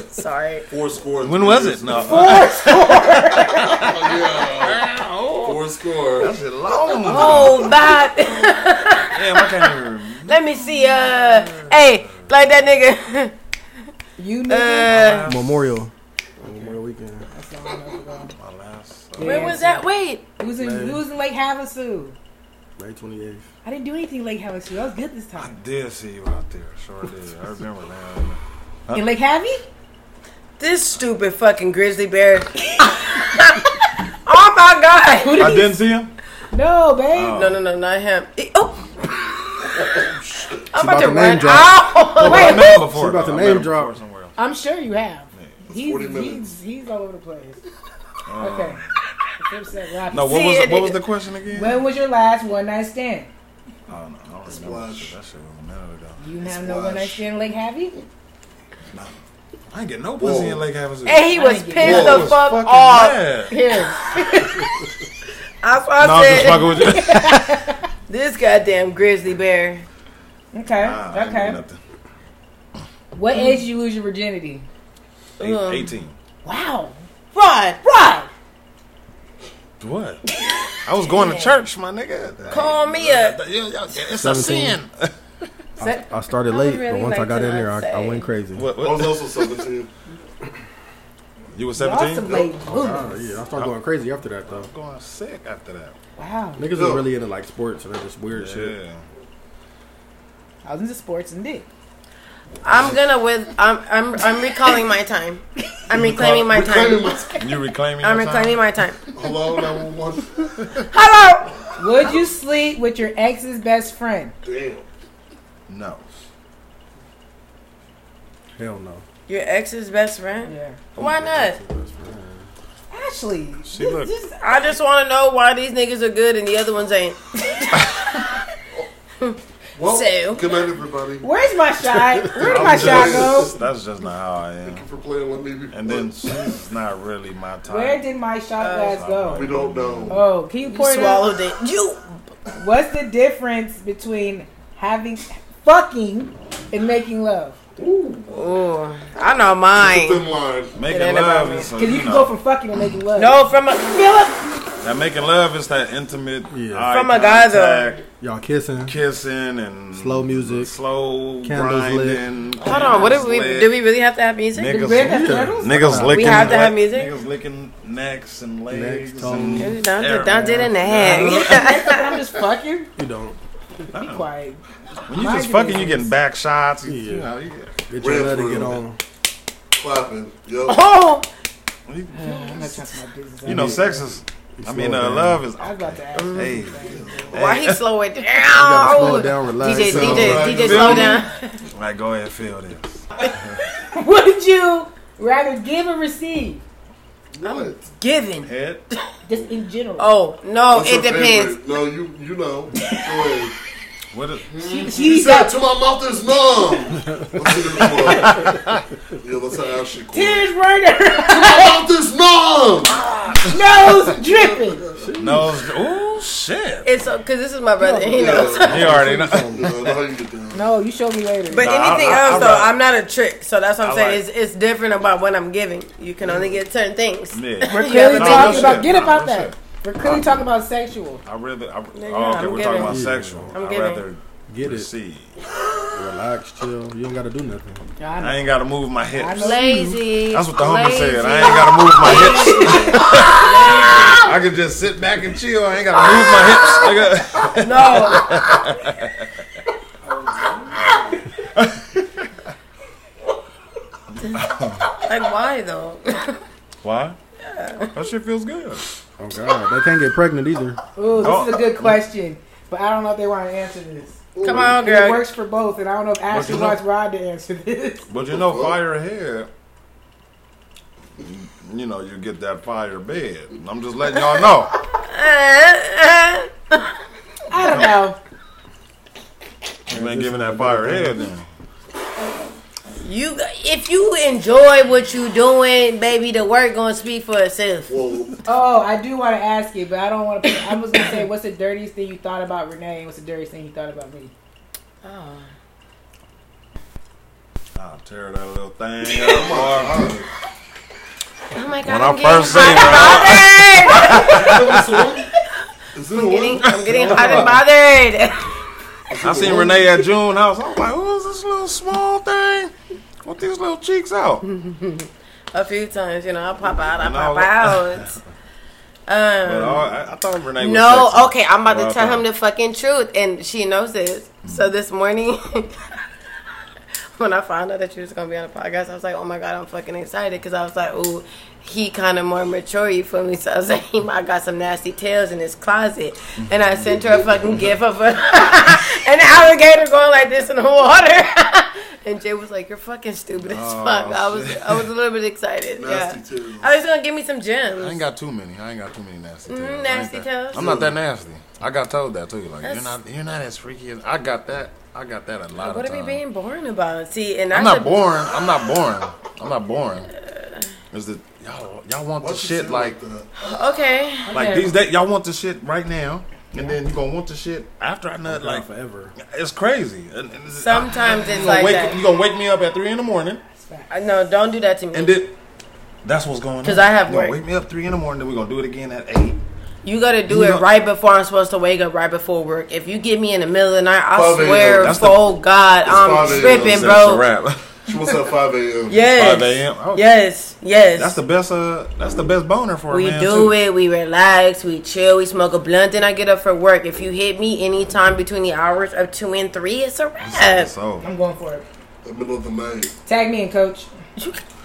B: Sorry.
E: Four scores.
C: When was it? No.
E: Four scores.
C: Shit, long.
B: Oh, that.
C: Damn, I can't even remember.
B: Let me see. Uh, hey, like that nigga.
A: You niggas.
B: Uh,
D: Memorial. Memorial weekend.
A: That's all I know about it.
C: My last. uh,
B: when was that? Wait.
A: It was in, it was in Lake Havasu.
D: May twenty eighth.
A: I didn't do anything in Lake Havasu. I was good this
C: I
A: time.
C: did see you out there. Sure did. I remember that.
A: In Lake Havy?
B: This stupid fucking grizzly bear. oh my god.
A: Who did
C: I
A: he-
C: didn't see him.
A: No, babe.
C: Oh.
B: No, no, no, not him. Eh, Oh. I'm about
D: about
B: to
D: to name
B: run
D: drop.
B: out.
C: I
A: Wait,
C: met him
D: She
C: before.
D: about
C: though. I
D: to
C: met him
D: name drop.
C: before somewhere else.
A: I'm sure you have. He's,
E: 40 minutes.
A: he's, he's all over the place.
C: Um,
A: Okay. Flip set, what happened?
C: No, what
B: See,
C: was
B: it-
C: what was the question again?
A: When was your last one night stand?
C: I don't know. I don't remember.
E: Splash.
C: That shit was a minute ago.
A: You didn't have no one night
E: Splash.
A: stand in Lake Havy?
C: I ain't get no pussy
E: Whoa.
C: in Lake Havasu.
B: And he was
A: Whoa,
B: pissed
C: I
B: the
C: was
B: fuck
C: fucking
B: off.
C: mad.
A: Here.
B: That's why I
C: No, I'm just
B: uh, said
C: fucking with you.
B: this goddamn grizzly bear.
A: Okay.
C: Nah, I ain't
A: okay.
C: do nothing.
A: What age did you lose your virginity?
C: Eight-
B: Um,
C: 18.
A: Wow.
B: Rod,
A: Right.
C: What? I was going to church, my nigga.
B: call me up.
C: It's a sin.
D: Seventeen.
A: Set-
D: I started
B: I would
D: late,
B: really
D: but once I
B: like
D: got
B: to
D: in there, I, I
B: say-
D: went crazy.
C: What,
E: I was
C: what?
E: also 17.
C: You
A: Y'all
C: were
A: some
C: 17?
A: late
D: Ah,
A: bloomers.
D: yeah, I started going crazy after that though.
C: Going sick after that.
A: Wow.
D: Niggas was really into like sports and just weird shit.
C: Yeah.
A: I was into sports and dick.
B: I'm gonna with I'm I'm I'm recalling my time. I'm reclaiming my
E: Reclaiming
B: time.
E: my time.
C: You reclaiming
B: I'm
C: your time?
B: reclaiming my time.
E: Hello, 911.
B: Hello.
A: Would you sleep with your ex's best friend?
E: Damn.
C: No.
D: Hell no.
B: Your ex's best friend?
A: Yeah.
B: Why not?
A: Ashley.
C: She looked.
B: I just want to know why these niggas are good and the other ones ain't.
E: Well,
B: So-
E: good night, everybody. Thank
A: Where's my shot? Where did my
E: I'm
A: shot
E: sorry.
A: go?
C: That's just not how I am.
E: you for playing with me.
C: And then she's not really my type.
A: Where did my shot glass
E: we
A: go?
E: don't know.
A: Oh, can you
B: You
A: pour it out?
B: swallowed it. You.
A: What's the difference between having fucking and making love?
B: Ooh, I know
E: It's a
B: mine.
E: thin line.
B: It
C: making
B: ain't about
C: love
B: me.
C: is a,
A: Because you
C: you
A: can go
C: know,
A: from fucking to making love.
B: No, from a
A: Philip.
C: that making love is that intimate
D: Yeah.
C: eye
B: From a guy, though.
C: contact,
D: Y'all kissing?
C: kissing and
D: Slow music.
C: slow
D: Candles lit.
C: grinding.
B: hold on. What did we?
C: Lit.
B: Do we really have to have music?
A: The band has
C: Niggas,
A: turtles?
C: niggas licking.
B: have to have music?
C: Niggas licking necks and legs.
D: Necks,
C: and
D: tongues.
B: Don't do, don't do the
C: everything.
B: nag.
A: I'm just fucking.
D: You don't.
A: Be quiet.
C: When you
A: My
C: just fucking, you
A: business.
C: getting back shots. You,
D: Yeah.
C: you know, you,
D: Get
E: Red
D: your nut and
E: room.
D: get on.
E: Clapping. Yup.
B: Oh,
C: you,
A: I'm not trying to my business.
C: you know, sex is. I mean, uh, love is.
A: I was about to ask.
C: Hey,
B: why he slow it down? Oh.
D: slow it down, relax.
B: DJ,
D: Sound
B: DJ,
E: right.
B: DJ,
E: You
B: slow
E: feel me?
B: down.
C: like go ahead, feel this.
A: Would you rather give or receive?
E: What?
B: Giving.
C: Head.
A: Just in general.
B: Oh no,
E: What's
B: it
E: your
B: depends.
E: favorite? No, you you know. Go ahead.
C: What? Is,
A: She,
E: He
A: she
E: said
A: got
E: to my mouth is numb. Let's hear it for her. Yeah, let's have Ashley cool.
A: tears running. her
E: My mouth is numb.
A: Nose dripping.
C: Nose. Ooh, shit.
B: It's because this is my brother. He
E: Yeah.
B: knows.
C: He already know.
E: You know, I know how you get down.
A: No, you show me later.
B: But
C: Nah,
B: anything
C: I- I-
B: else,
C: I
B: though,
C: like-
B: I'm not a trick. So that's what I'm
C: I
B: saying.
C: like-
B: It's, it's different about what I'm giving. You can only get certain things.
C: Yeah.
A: we're
B: Yeah,
A: clearly
B: but
C: no,
A: talking
C: no
A: about
C: shit.
A: get
C: No,
A: about
C: no
A: that.
C: shit.
A: We're clearly talking about sexual.
C: I rather. I,
B: Yeah,
C: oh, okay,
B: I'm
C: we're talking about
D: giving.
C: sexual.
D: I'm
C: i would
B: giving.
C: rather
D: Get it.
C: receive.
D: Relax, chill. You don't gotta do nothing.
C: I ain't got to move my
A: I
C: hips.
A: know.
B: Lazy.
C: That's what the homie said. I ain't got to move my hips. I can just sit back and chill. I ain't got to move my hips. nigga.
B: No. like why though?
C: Why? That shit feels good.
D: Oh God, they can't get pregnant either.
A: Ooh, this
C: Oh.
A: is a good question, but I don't know if they want to answer this.
B: Come on,
A: And It
B: girl.
A: works for both, and I don't know if Ashley
C: you know?
A: wants Rod to answer this.
C: But you know, fire ahead. You know, you get that fire bed. I'm just letting y'all know.
B: Uh,
A: I don't know.
C: You ain't giving that fire head then.
B: You, if you enjoy what you doing, baby, the work gonna speak for itself.
E: Well,
A: Oh, I do want to ask it, but I don't want to. I was gonna say, what's the dirtiest thing you thought about Renee, and what's the dirtiest thing you thought about me?
B: Oh,
C: I'll tear that little thing up. boy.
B: Oh my god!
C: When
B: I'm
C: I
B: getting
C: first
B: bothered.
C: seen her,
E: is it a
B: I'm
E: woman?
B: getting, I'm getting hot and bothered.
C: I seen Renee at June House. I was like, who is this little small thing with these little cheeks out?
B: Mm-hmm. A few times, you know, I pop out, I
C: And I
B: pop out.
C: But
B: Um,
C: all, I, I thought Renee was
B: no,
C: sexy.
B: okay, I'm about
C: Well, I
B: to tell him
C: thought-
B: the fucking truth, and she knows this.
C: Mm-hmm.
B: So this morning, when I found out that she was gonna be on the podcast, I was like, oh my god, I'm fucking excited because I was like, ooh, he kind of more mature, you feel me? So I was like, I got some nasty tails in his closet, and I sent her a
C: Mm-hmm.
B: fucking gif of a, an alligator going like this in the water. And Jay was like, "You're fucking stupid as
C: Oh,
B: fuck." I was,
C: shit.
B: I was a little bit excited. yeah.
E: Nasty too.
B: I was gonna give me some
C: I ain't
B: gems.
C: got too many. I ain't got too many nasty tails. I ain't
B: Mm, nasty
C: that-
B: tails.
C: I'm not that nasty. I got told that too. Like
B: That's-
C: you're not you're not as freaky as I got that. I got that a lot
B: What
C: of
B: are we
C: times.
B: being boring about? See, and
C: I'm
B: that's
C: not
B: a-
C: boring. I'm not boring. I'm not boring. Is that y'all y'all want
E: Why
C: the
E: she
C: shit
E: sound
C: like
E: that?
B: Okay.
C: like these days y'all want the shit right now and then you gonna want the shit after I nut like
D: Like forever.
C: it's crazy. And- and it's-
B: Sometimes
C: you
B: it's
C: gonna
B: like
C: wake
B: that.
C: you gonna wake me up at three in the morning
B: I- No, don't do that to me.
C: and then that's what's going on.
B: 'Cause I have
C: you gonna
B: work.
C: wake me up three in the morning. Then we're gonna do it again at eight.
B: you gotta do
C: You
B: it
C: know-
B: right before I'm supposed to wake up, right before work. If you get me in the middle of the night, I
E: 5 a.m.
B: swear,
C: That's the-
B: for God, I'm
E: It's 5 a.m.
B: tripping,
E: That's
C: That's a
B: bro.
C: wrap.
E: She wants to have 5 a.m.
C: Five
B: Yes,
C: a.m. Oh,
B: yes, yes.
C: That's the best. Uh, that's the best boner for a
B: we
C: man.
B: do
C: too.
B: it. We relax. We chill. We smoke a blunt. Then I get up for work. If you hit me anytime between the hours of two and three, it's a wrap.
C: So
A: I'm going for it.
E: The middle of the night.
A: Tag me in, Coach.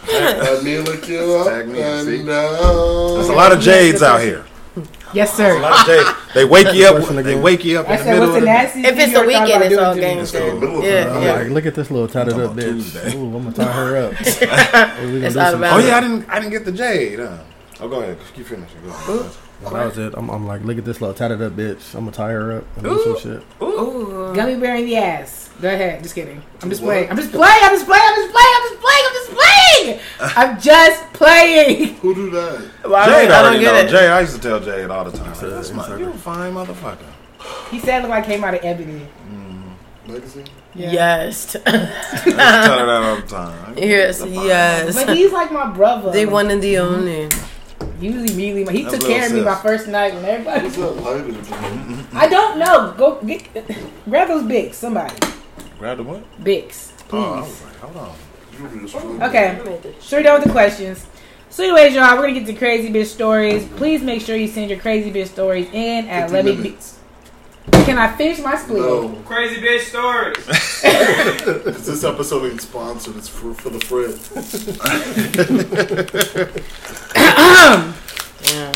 E: That me look you up
C: Tag me and see.
E: and down.
C: there's a lot of jades out here.
A: Yes,
C: A
A: sir.
C: lot of jades. They wake you
D: Question
C: up.
D: again.
C: They wake you up
A: I
C: in the
A: said, what's
C: middle of the
A: the
C: night.
A: nastiest
B: If
A: thing
B: it's
A: you
B: the
A: ever thought
B: weekend,
A: about
B: it's
A: doing
B: all
A: to me?
B: game
E: The
B: day.
E: middle of the
B: Yeah,
E: night.
D: I'm
B: yeah.
D: like, look at this little tatted up bitch.
C: Tuesday.
D: Ooh, I'm gonna tie her up. We're gonna
B: It's
D: do
B: all
D: some-
B: about
C: Oh yeah, I didn't. I didn't get the jade. Huh? Oh, go ahead. Keep finishing. Go ahead.
D: That was it. I'm, I'm like, look at this little tatted up bitch. I'm gonna tie her up and do some shit.
A: Gummy bear in the ass. Go ahead. Just kidding. I'm just
E: What?
A: playing. I'm just playing. I'm just playing. I'm just playing. I'm just playing. I'm just playing. I'm just playing.
E: Who do
B: Why
E: that?
C: Jade
B: don't- I don't
C: already know.
B: get it.
C: Jade, I used to tell Jade all the time. Like, That's my,
D: Insider.
C: you a fine motherfucker.
A: He said it looked like came out of ebony.
E: Magazine?
B: Yes.
C: I used to tell her that all the time.
B: Yes,
A: But
B: yes.
A: he's like my brother.
B: They one and the only.
A: Usually, really, my- he
C: That's
A: took
C: what
A: care of me
C: it
A: my
C: says.
A: first night when everybody.
E: What's that lighter, man?
A: I don't know. Go get grab those bics. Somebody
C: Grab the what?
A: bics,
C: Oh, I
E: Uh-huh.
A: please.
C: was like, hold on.
E: You be destroyed.
A: Okay. Straight down with the questions. So, anyways, y'all, we're gonna get to crazy bitch stories. Please make sure you send your crazy bitch stories in at
E: 50
A: Let Me. Be-
E: minutes.
A: Can I finish my split?
E: No,
G: Crazy bitch stories.
E: 'cause this episode ain't sponsored. It's for, for the friend.
B: Yeah.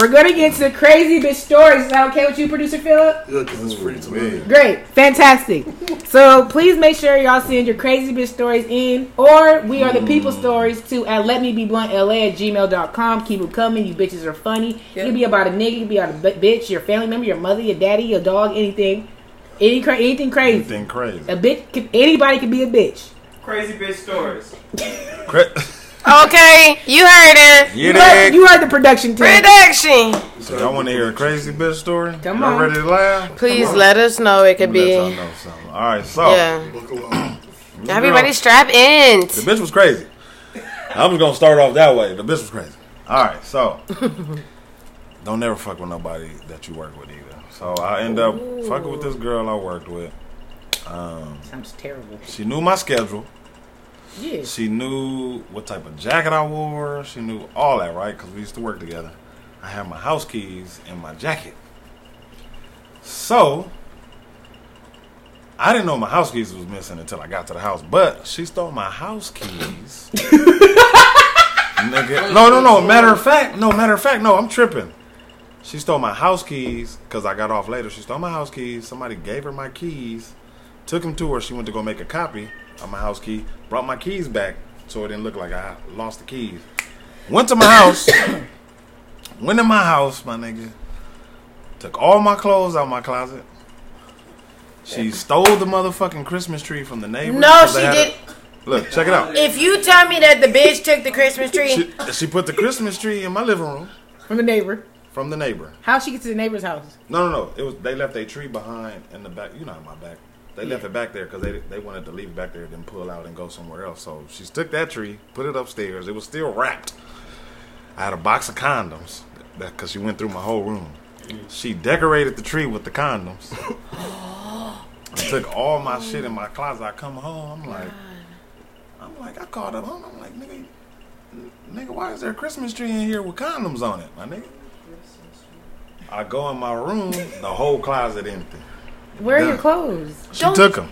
A: We're gonna get to crazy bitch stories. Is that okay with you, producer Philip?
E: Yeah, because it's free
C: Oh,
E: to me.
A: Great, fantastic. So please make sure y'all send your crazy bitch stories in, or we are the people stories too at let me be blunt la at gmail.com. Keep them coming. You bitches are funny.
B: Yeah.
A: It could be about a nigga, it could be about a b- bitch, your family member, your mother, your daddy, your dog, anything, any cra- anything crazy.
C: Anything crazy?
A: A bitch, can, anybody can be a bitch.
G: Crazy bitch stories.
C: Cra-
B: Okay, you heard it.
A: You
C: you
A: heard,
C: dig?
A: you heard the production team.
B: Production.
E: It's
C: So y'all want to hear a crazy bitch story?
A: Come
C: y'all
A: on.
C: ready to laugh?
B: Please let us know. It could
C: Let y'all
B: be.
C: know something. All right, so
B: Yeah.
E: Buckle up.
C: this girl-
B: Everybody strap in.
C: The bitch was crazy. I'm just gonna start off that way. The bitch was crazy. All right, so don't never fuck with nobody that you work with either. So I end up fucking with this girl I worked with. Um,
A: Sounds terrible.
C: she knew my schedule.
A: Yeah.
C: She knew what type of jacket I wore. She knew all that, right? Because we used to work together. I had my house keys in my jacket. So, I didn't know my house keys was missing until I got to the house, but she stole my house keys. Nigga. No, no, no. Matter of fact, no, matter of fact, no, I'm tripping. She stole my house keys because I got off later. She stole my house keys. Somebody gave her my keys took him to her. She went to go make a copy of my house key. Brought my keys back so it didn't look like I lost the keys. Went to my house. went in my house, my nigga. Took all my clothes out my closet. She stole the motherfucking Christmas tree from the neighbor.
B: No, she did.
C: Look, check it out.
B: If you tell me that the bitch took the Christmas tree,
C: She, she put the Christmas tree in my living room
A: From the neighbor.
C: from the neighbor.
A: How she get to the neighbor's house?
C: No, no, no. It was they left a tree behind in the back. You know, how my back. They left it back there because they they wanted to leave it back there, then pull out and go somewhere else. So she took that tree, put it upstairs. It was still wrapped. I had a box of condoms because she went through my whole room. She decorated the tree with the condoms. I took all my shit in my closet. I come home. I'm like, I'm like, I called up home. I'm like, nigga, nigga, why is there a Christmas tree in here with condoms on it, my nigga? I go in my room, the whole closet empty.
A: Where are your
C: Yeah.
A: clothes?
C: She took 'em.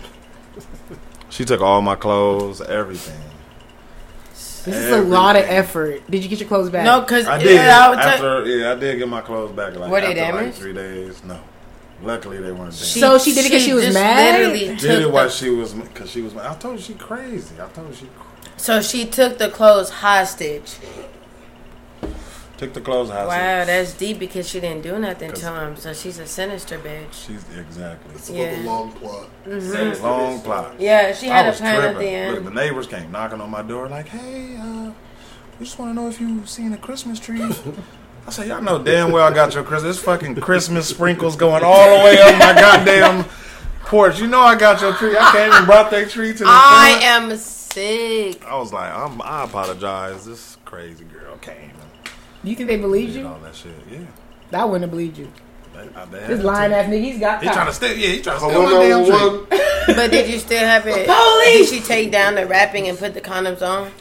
C: took them. She took all my clothes, everything.
A: This is a lot of
C: Everything.
A: effort. Did you get your clothes back?
B: no, because
C: I did after. yeah, I did get my clothes back. Like
B: Were they
C: after, like,
B: damaged?
C: three days. No, luckily they weren't damaged.
A: So she did it 'cause she was mad?
B: Literally
C: did it
B: took
C: while
B: the-
C: she was because she was. I told her she crazy. I told her she cr-
B: so she took the clothes hostage.
C: took the clothes out.
B: Wow, that's deep because she didn't do nothing to
C: 'Cause-
B: him. So she's a sinister bitch.
C: she's exactly.
E: It's about the
B: Yeah.
E: long plot.
G: Sinister
C: Long
G: bitch
C: plot.
B: Yeah, she had
C: I
B: a
C: was
B: plan at the
C: tripping.
B: end.
C: Look, the neighbors came knocking on my door like, "Hey, uh, we just want to know if you seen a Christmas tree." I said, "Y'all know damn well I got your Christmas. It's fucking Christmas sprinkles going all the way up my goddamn porch. You know I got your tree. I came and brought that tree to the
B: I
C: front."
B: am sick.
C: I was like, I'm, "I apologize. This crazy girl came
A: You think they believed
C: and did
A: you?
C: all that shit. Yeah,
A: I wouldn't have believed you.
C: they, I- they had
A: This
C: to.
A: lying ass nigga, he's got
C: He trying to
A: cops.
C: steal. Yeah, he trying to steal
E: Hello,
C: my damn
E: number
C: tree.
E: one.
B: But did you still have it? Did she take down the wrapping and put the condoms on?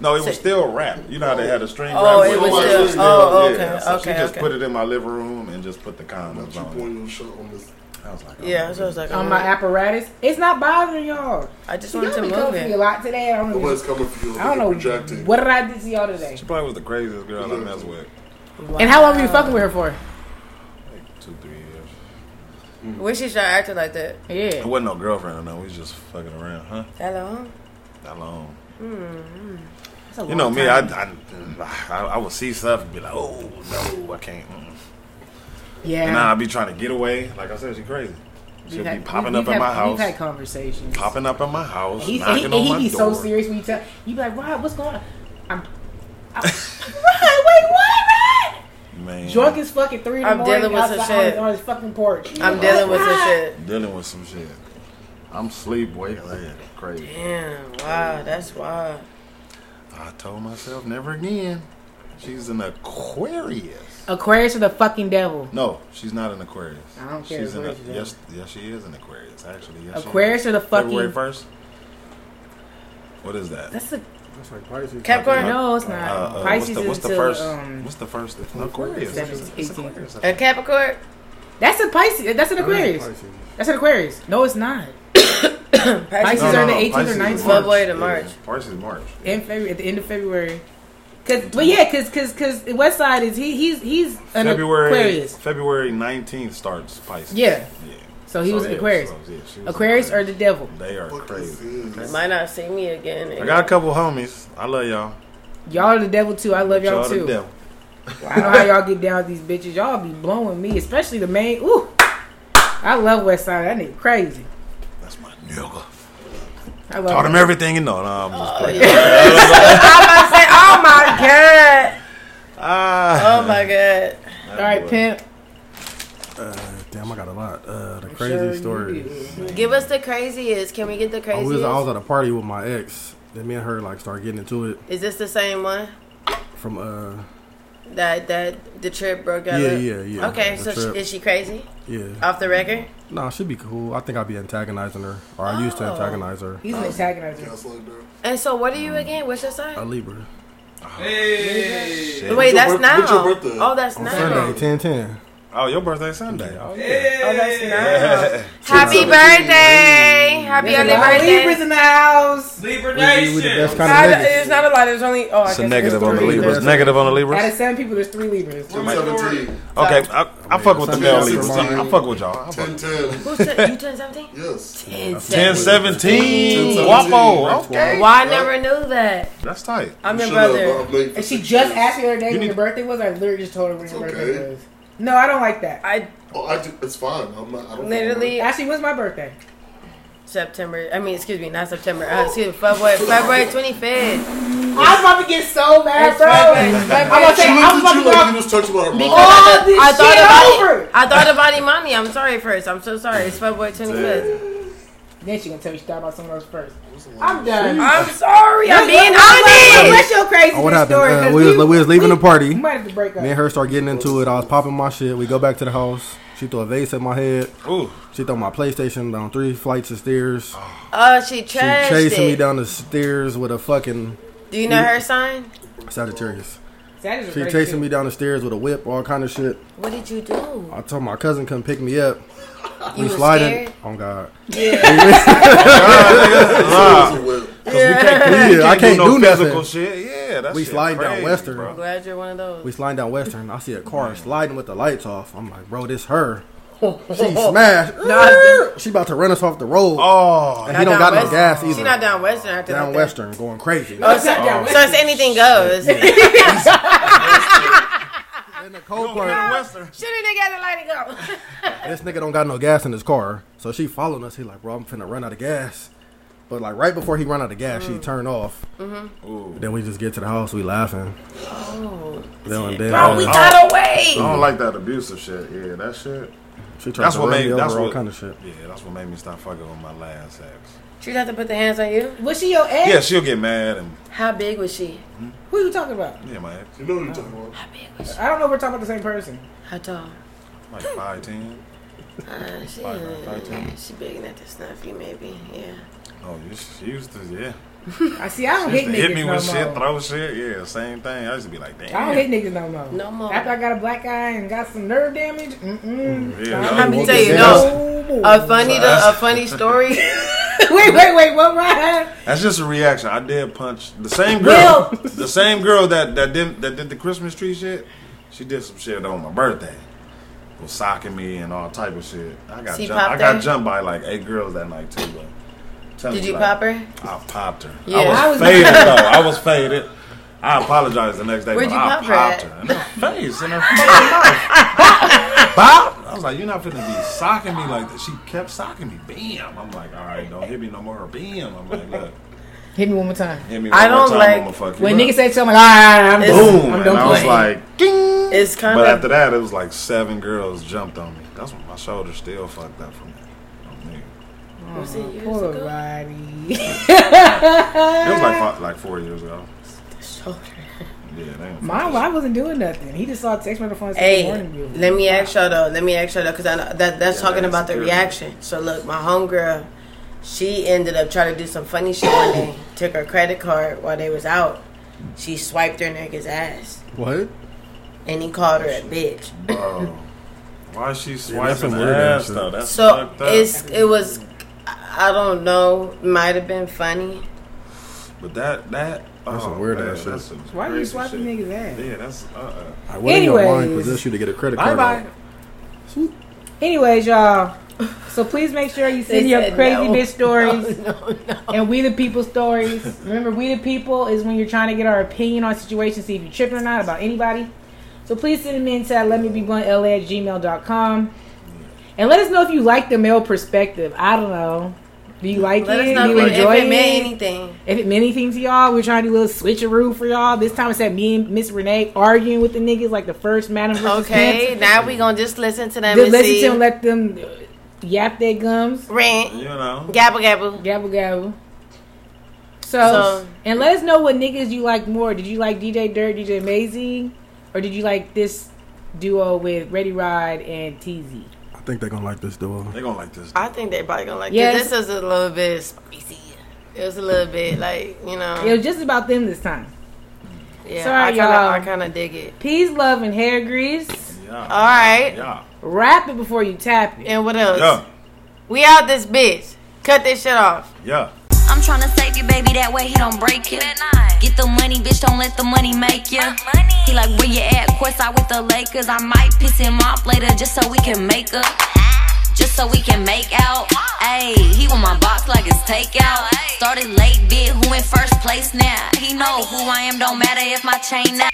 C: No, it was still wrapped. You know how they had a string
B: Oh,
C: wrap
B: it
C: with
E: was
C: it?
E: still-
B: oh, okay,
C: so
B: okay,
C: She just
B: okay.
C: put it in my living room and just put the condoms
E: Not you
C: on.
E: pointing your shot on this.
C: it. I was like, oh,
B: Yeah, so I was like,
A: on my
B: oh,
A: apparatus. It's not bothering y'all.
B: I just
A: Y'all
B: wanted to
A: been
B: move
A: coming for me a
B: it.
A: lot today. I don't, know-
E: Nobody's coming for you.
A: I don't know.
E: Projecting.
A: What did I do to y'all today?
C: She probably was the craziest girl I messed with.
A: And how long were you fucking with her for?
C: Like two, three years.
B: Wish she started acting like that.
C: It
A: Yeah.
C: wasn't no girlfriend or no. We was just fucking around, huh?
B: Hello.
C: That long.
A: Mm-hmm. That's a
C: You
A: long
C: know me. I,
A: time.
C: I, I, I would see stuff and be like, oh no, I can't. mm-mm." And
A: Yeah.
C: I'd be trying to get away. Like I said, she crazy.
A: We've
C: She'd be
A: had-
C: popping
A: we've
C: up in
A: had-
C: my house.
A: We've had conversations.
C: Popping up in my house,
A: He's, and
C: knocking
A: he, and
C: on
A: he
C: my
A: be
C: door.
A: so serious when you tell. You be like, "Why? What's going on?" I'm. I'm Ryan, wait, what? Ryan?
C: Man,
A: Drunk as fuck at three in the
B: I'm
A: morning
B: dealing with some
A: outside on his-
B: shit.
A: on his fucking porch.
B: I'm dealing with this shit.
C: dealing with some shit. I'm sleep wake led. Crazy.
B: Damn. Wow. That's wild.
C: I told myself never again. She's an Aquarius.
A: Aquarius or the fucking devil.
C: No, she's not an Aquarius.
A: I don't care
C: She's an,
A: what you
C: yes, yes, she is an Aquarius. Actually, yes, she
A: Aquarius
C: is.
A: or the fucking-
C: February first. What is that?
A: That's a
D: That's like Pisces.
B: Capricorn.
A: no, it's not.
C: Uh, uh,
A: Pisces
C: what's the, what's the
A: until,
C: first?
A: um,
C: what's the first? It's an Aquarius.
A: seventh,
C: It's- it's
A: eighteenth.
C: Aquarius.
B: A Capricorn.
A: That's a Pisces. That's an
D: I like
A: Aquarius.
D: Pisces.
A: That's an Aquarius. No, it's not.
B: Pisces.
A: Pisces
C: No, no,
A: are the
C: no,
A: 18th
C: Pisces
A: or 19th.
C: is March.
B: February to
C: Yeah,
B: March.
C: Pisces is March.
A: in February at the end of February. Cause, but yeah, cause, cause, cause Westside is he he's he's an
C: February
A: Aquarius.
C: February nineteenth starts Pisces.
A: Yeah.
C: Yeah.
A: So Oh, he was an
C: yeah,
A: Aquarius.
C: so, yeah, she was an
A: Aquarius or the devil.
C: They are
E: Fuck is
C: crazy.
E: this?
B: Might not see me again.
C: I got a couple homies. I love y'all.
A: Y'all are the devil too. I love y'all,
C: y'all
A: too.
C: the devil.
A: I know how y'all get down with these bitches. Y'all be blowing me, especially the main. Ooh, I love Westside. That nigga crazy.
C: That's my nigga.
A: I love.
C: Taught
A: him.
C: him everything you know. No, I'm just playing.
A: oh
B: I was about to say, oh my god.
C: Ah,
B: Oh my god.
A: All right,
C: boy.
A: pimp.
D: Uh, damn, I got a lot. Uh, the
A: Sure you
D: crazy stories.
A: do.
B: Give us the craziest. Can we get the
D: I Oh, was,
B: craziest?
D: I was at a party with my ex. Then me and her like started getting into it
B: Is this the same one
D: from uh
B: that that the trip broke out?
D: Yeah,
B: of?
D: yeah, yeah.
B: Okay,
D: The
B: so
D: trip.
B: she, is she crazy
D: yeah.
B: off the record?
D: Nah, she'd be cool. I think I'd be antagonizing her, or I used to
B: Oh.
D: antagonize her.
A: He's an antagonizer.
E: Yes, like that.
B: And so, what are you again? What's your sign?
D: A Libra.
G: Hey.
B: Wait,
C: Shit.
E: What's your
B: that's
E: birth-
B: now.
E: what's your birthday?
B: Oh, that's now.
D: Sunday, ten ten.
C: Oh, your birthday Sunday. Oh, yeah.
G: Hey.
B: Oh, that's now. Happy
E: Sunday.
B: birthday! Happy
A: There's a
B: early
A: lot of
B: birthday!
A: Libras in the house.
G: Libra
D: We, we the
G: Nation.
D: best
B: Not-
D: kind of niggas.
B: it's not a lot. There's only oh, I
C: It's
B: guess
C: a negative on the
B: three.
C: Libras. Negative on the
A: Out of
C: Libras.
A: seven people, there's three Libras.
G: Where's the story?
E: 17.
C: Okay, I, I fuck with the male Libras. I fuck with y'all. I fuck
E: 10 10.
B: Who's t- you turned seventeen?
E: Yes.
C: Ten seventeen, Wapo. Okay,
B: Well, I never knew that.
C: that's tight.
B: I'm your
E: Shut up,
B: brother.
E: I'm late for
A: And she
E: six
A: just
E: years.
A: asked me the other day
C: You
A: when
C: need-
A: your birthday was. I literally just told her when your
E: It's
A: birthday
E: okay.
A: was. No, I don't like that.
B: I
E: Oh, I do, it's fine. I'm not. I don't
B: literally
A: Actually, when's my birthday?
B: September. I mean, excuse me, not September. Uh, excuse me, February. February twenty fifth.
A: I was about to get so mad,
B: It's
A: bro.
B: February.
A: I'm about to say,
E: She
A: I was
E: looked at
A: about to
E: you like you
A: go.
E: was talking about her
B: Because
E: mom.
A: All
B: I,
A: this
B: I thought
A: shit
B: about
A: over.
B: I thought about Imani. I'm sorry first. I'm so sorry. It's February twenty fifth.
A: Then she gonna tell me she thought about someone else first. I'm done.
B: I'm sorry.
A: What-
B: I'm
A: what- what-
B: being
A: what-
B: honest.
A: What's your crazy
D: Oh, what happened?
A: story?
D: Uh,
A: 'Cause
D: we, was, we was leaving the party.
A: We
D: Me
A: might have to break up.
D: and her start getting into it. I was popping my shit. We go back to the house. She threw a vase at my head.
C: Ooh,
D: She threw my PlayStation down three flights of stairs.
B: Oh, she
D: She
B: trashed
D: chasing me
B: it.
D: down the stairs with a fucking
B: Do you know her sign?
D: Sagittarius.
A: That is a
D: She
A: great
D: chasing
A: shit.
D: me down the stairs with a whip, all kind of shit.
B: What did you do?
D: I told my cousin come pick me up.
B: You
D: We
B: were
D: sliding.
B: scared.
D: Oh God.
E: Wow. Well,
D: Yeah, I can't do
C: physical
D: nothing.
C: shit. Yeah, that's
D: We slide down Western.
B: I'm glad you're one of those.
D: We sliding down Western. I see a car sliding with the lights off. I'm like, bro, this her. She smashed. she about to run us off the road.
C: Oh,
D: and he don't got no gas either.
B: She's not down Western after
D: Down
B: that.
D: Western, going crazy.
B: Oh, so, so it's anything goes.
D: In the cold
C: Down
D: part,
C: Western.
B: Shouldn't they got a light go?
D: this nigga don't got no gas in his car, so she following us. He like, bro, I'm finna run out of gas. But like right before he run out of gas, she turned off. Then we just get to the house, we laughing. Then, and then,
B: Bro, we got away.
C: I don't like that abusive shit. Yeah, that shit.
D: she tried
C: That's
D: to
C: what
D: run me
C: made.
D: over,
C: That's
D: all
C: what
D: kind of shit.
C: Yeah, that's what made me stop fucking with my last ex.
B: She'd have to put the hands on you.
A: Was she your ex?
C: Yeah, she'll get mad and
B: How big was she?
A: Who you talking about?
C: yeah, my ex
E: you know what you're talking about.
B: How big was she?
A: I don't know if we're talking about the same person.
B: How tall?
C: like five ten.
B: Uh, she,
C: Five nine, five ten.
B: she big enough to snuff you, maybe. Yeah.
C: Oh, you she used to yeah.
A: I see. I don't
C: She
A: hit
C: used to
A: niggas
C: hit me
A: no
C: with
A: more.
C: shit, throw shit. Yeah, same thing. I used to be like, damn.
A: I don't hit niggas no more.
B: No more.
A: After I got a black eye and got some nerve damage, mm-mm.
C: Yeah,
A: I
C: no,
A: don't
B: Let me
A: want
B: tell you,
A: this
B: no.
A: no Uh, more.
B: A funny, the, a funny story.
A: wait, wait, wait. What, Ryan?
C: That's just a reaction. I did punch the same girl. the same girl that that did that did the Christmas tree shit. She did some shit on my birthday. Was socking me and all type of shit. I got
B: She
C: jumped, I
B: popped
C: got
B: her?
C: jumped by like eight girls that night too. But tell
B: Did
C: me,
B: you
C: like,
B: pop her?
C: I popped her.
B: Yeah.
C: I was,
B: I
A: was-
C: faded though. I was faded. I apologized the next day.
B: Where'd
C: but
B: you
C: I
B: pop her
C: popped
B: at?
C: her in her face in her fucking mouth. Pop! I was like, you're not finna be socking me like that. She kept socking me. Bam! I'm like, all right, don't hit me no more. Bam! I'm like, look.
A: Hit me one more time.
C: Hit me
B: I
C: one more
B: don't
C: time,
B: like-
C: I'ma fuck you
A: When
C: up.
A: niggas say something, like, all right, I'm
B: It's-
A: done.
C: boom,
A: I'm
C: and I
A: done
C: was
A: playing.
C: like, ding.
B: It's kind
C: But
B: of.
C: after that, it was like seven girls jumped on me. That's when my shoulder still fucked up from that. On me. Oh,
B: was it years
A: Poor
B: ago?
A: Roddy.
C: It was like five, like four years ago.
B: Shoulder.
C: Yeah, they ain't
A: Mom, I wasn't doing nothing. He just saw a text me on the phone and said,
B: Hey,
A: "Good morning,
B: let me ask y'all though. Let me ask y'all though, because I know that that's
C: Yeah,
B: talking
C: that's
B: about the
C: good.
B: reaction. So look, my homegirl, she ended up trying to do some funny shit one day. Took her credit card while they was out. She swiped her nigga's ass,
D: What?
B: and he called her a bitch.
C: Bro, Oh. why is she
D: that's
C: swiping
D: some
C: her
D: weird
C: ass
D: ass shit.
C: though? That's
B: So
C: fucked up.
B: it's it was, I I don't know, might have been funny.
C: but that that
D: That's
C: oh,
D: some weird
C: man,
D: ass shit.
C: that's some
A: Why are you
C: crazy
A: swiping
C: shit.
A: niggas ass?
C: Yeah, that's uh uh
D: I wasn't in your mind
A: Anyways.
D: possess you to get a credit
C: Bye
D: card.
C: bye.
A: Anyways, y'all. So please make sure you send
B: They
A: your
B: said
A: crazy
B: no.
A: bitch stories
B: No, no.
A: and we the people stories. Remember, we the people is when you're trying to get our opinion on situations, see if you're tripping or not about anybody. So please send them in to let me be blunt la at gmail.com. And let us know if you like the male perspective. I don't know. Do you like
B: Let
A: it?
B: us
A: Do
B: know
A: you
B: if it, if
A: enjoy
B: it
A: it?
B: meant anything.
A: If it meant anything to y'all, we're trying to do a little switcheroo for y'all. This time it's that me and Miss Renee arguing with the niggas like the first Madam versus
B: Okay,
A: Pimp.
B: now we gonna just listen to them
A: Just
B: and
A: listen
B: see.
A: to them, let them uh, yap their gums,
B: Rant,
C: You know.
B: gabble gabble.
A: gabble gabble. So,
B: So-
A: and let us know what niggas you like more. Did you like DJ Dirt, DJ Mazy, or did you like this duo with Ready Rod and TZ?
D: I think they're gonna like this duo.
C: They gonna like this.
B: I think they probably gonna like
A: Yes.
B: it. This is a little bit spicy. It was a little bit like you know.
A: It was just about them this time.
B: yeah,
A: sorry,
B: I kinda,
A: y'all.
B: I kind of dig it.
A: Peace, love, and hair grease.
C: Yeah.
B: All right,
C: Yeah.
A: Wrap it before you tap it.
B: and what else?
C: Yeah.
B: We out this bitch. Cut this shit off.
C: Yeah.
H: I'm tryna save you, baby, that way he don't break you. Get the money, bitch, don't let the money make you. He like, where you at? Courtside with the Lakers. I might piss him off later just so we can make up. Just so we can make out. Ayy, he want my box like it's takeout. Started late, bit, who in first place now? He know who I am, don't matter if my chain out.